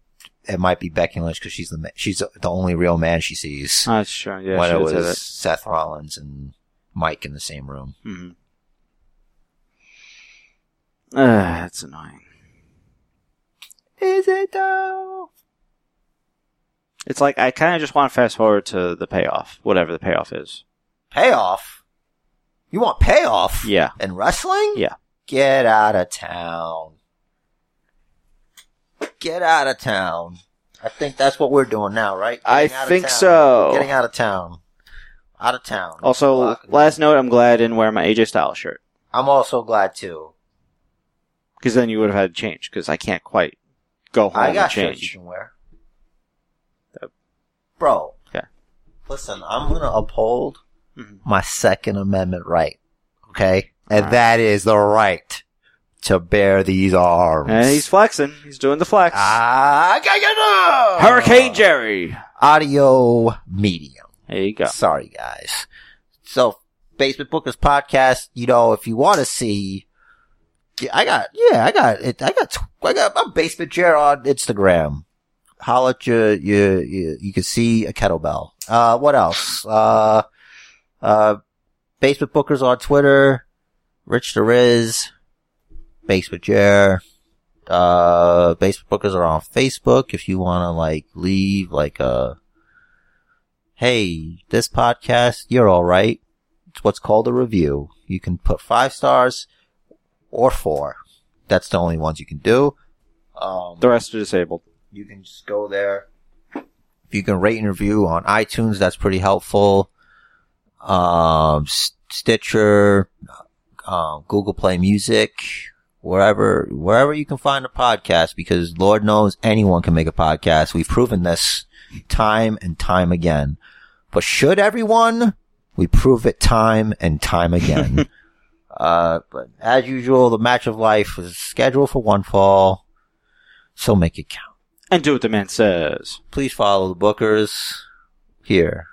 Speaker 1: it might be Becky Lynch because she's the ma- she's the only real man she sees
Speaker 3: Oh, that's true. Yeah,
Speaker 1: when
Speaker 3: she
Speaker 1: it
Speaker 3: did say
Speaker 1: was
Speaker 3: that.
Speaker 1: Seth Rollins and Mike in the same room.
Speaker 3: Mhm. Ah, that's annoying.
Speaker 1: Is it though?
Speaker 3: It's like I kind of just want to fast forward to the payoff, whatever the payoff is.
Speaker 1: Payoff? You want payoff?
Speaker 3: Yeah.
Speaker 1: In wrestling?
Speaker 3: Yeah.
Speaker 1: Get out of town. Get out of town. I think that's what we're doing now, right?
Speaker 3: I
Speaker 1: Getting out of
Speaker 3: think
Speaker 1: town.
Speaker 3: so.
Speaker 1: Getting out of town. Out of town.
Speaker 3: Also,
Speaker 1: Fuck.
Speaker 3: last note, I'm glad I didn't wear my AJ Styles shirt
Speaker 1: I'm also glad too.
Speaker 3: because then you would have had to change because I can't quite go home
Speaker 1: I got
Speaker 3: and
Speaker 1: shirts you
Speaker 3: change.
Speaker 1: can wear.
Speaker 3: Yep.
Speaker 1: Bro.
Speaker 3: Okay.
Speaker 1: Listen, I'm gonna uphold
Speaker 3: Mhm.
Speaker 1: my Second Amendment right. Okay? And
Speaker 3: Alright.
Speaker 1: that is the right to bear these arms.
Speaker 3: And he's flexing. He's doing the flex.
Speaker 1: Ah. I gotta get up!
Speaker 3: Hurricane Jerry.
Speaker 1: Audio medium.
Speaker 3: There you go.
Speaker 1: Sorry, guys. So, Basement Bookers podcast. You know, if you want to see, yeah, I got, yeah, I got it. I got, tw- I got. I'm Basement Chair on Instagram. Holla at your, your, your, you can see a kettlebell. Uh, what else? Uh, uh, Basement Bookers on Twitter. Rich the Riz. Basement Chair. Uh, Basement Bookers are on Facebook. If you want to like leave like a, hey, this podcast, you're all right. It's what's called a review. You can put five stars or four. That's the only ones you can do. Um,
Speaker 3: The rest are disabled.
Speaker 1: you can just go there. You can rate and review on iTunes. That's pretty helpful. Um, S- Stitcher, um, Google Play Music, wherever, wherever you can find a podcast because Lord knows anyone can make a podcast. We've proven this time and time again. But should everyone? We prove it time and time again. uh, but as usual, the match of life is scheduled for one fall. So make it count
Speaker 3: And do what the man says.
Speaker 1: please follow the bookers here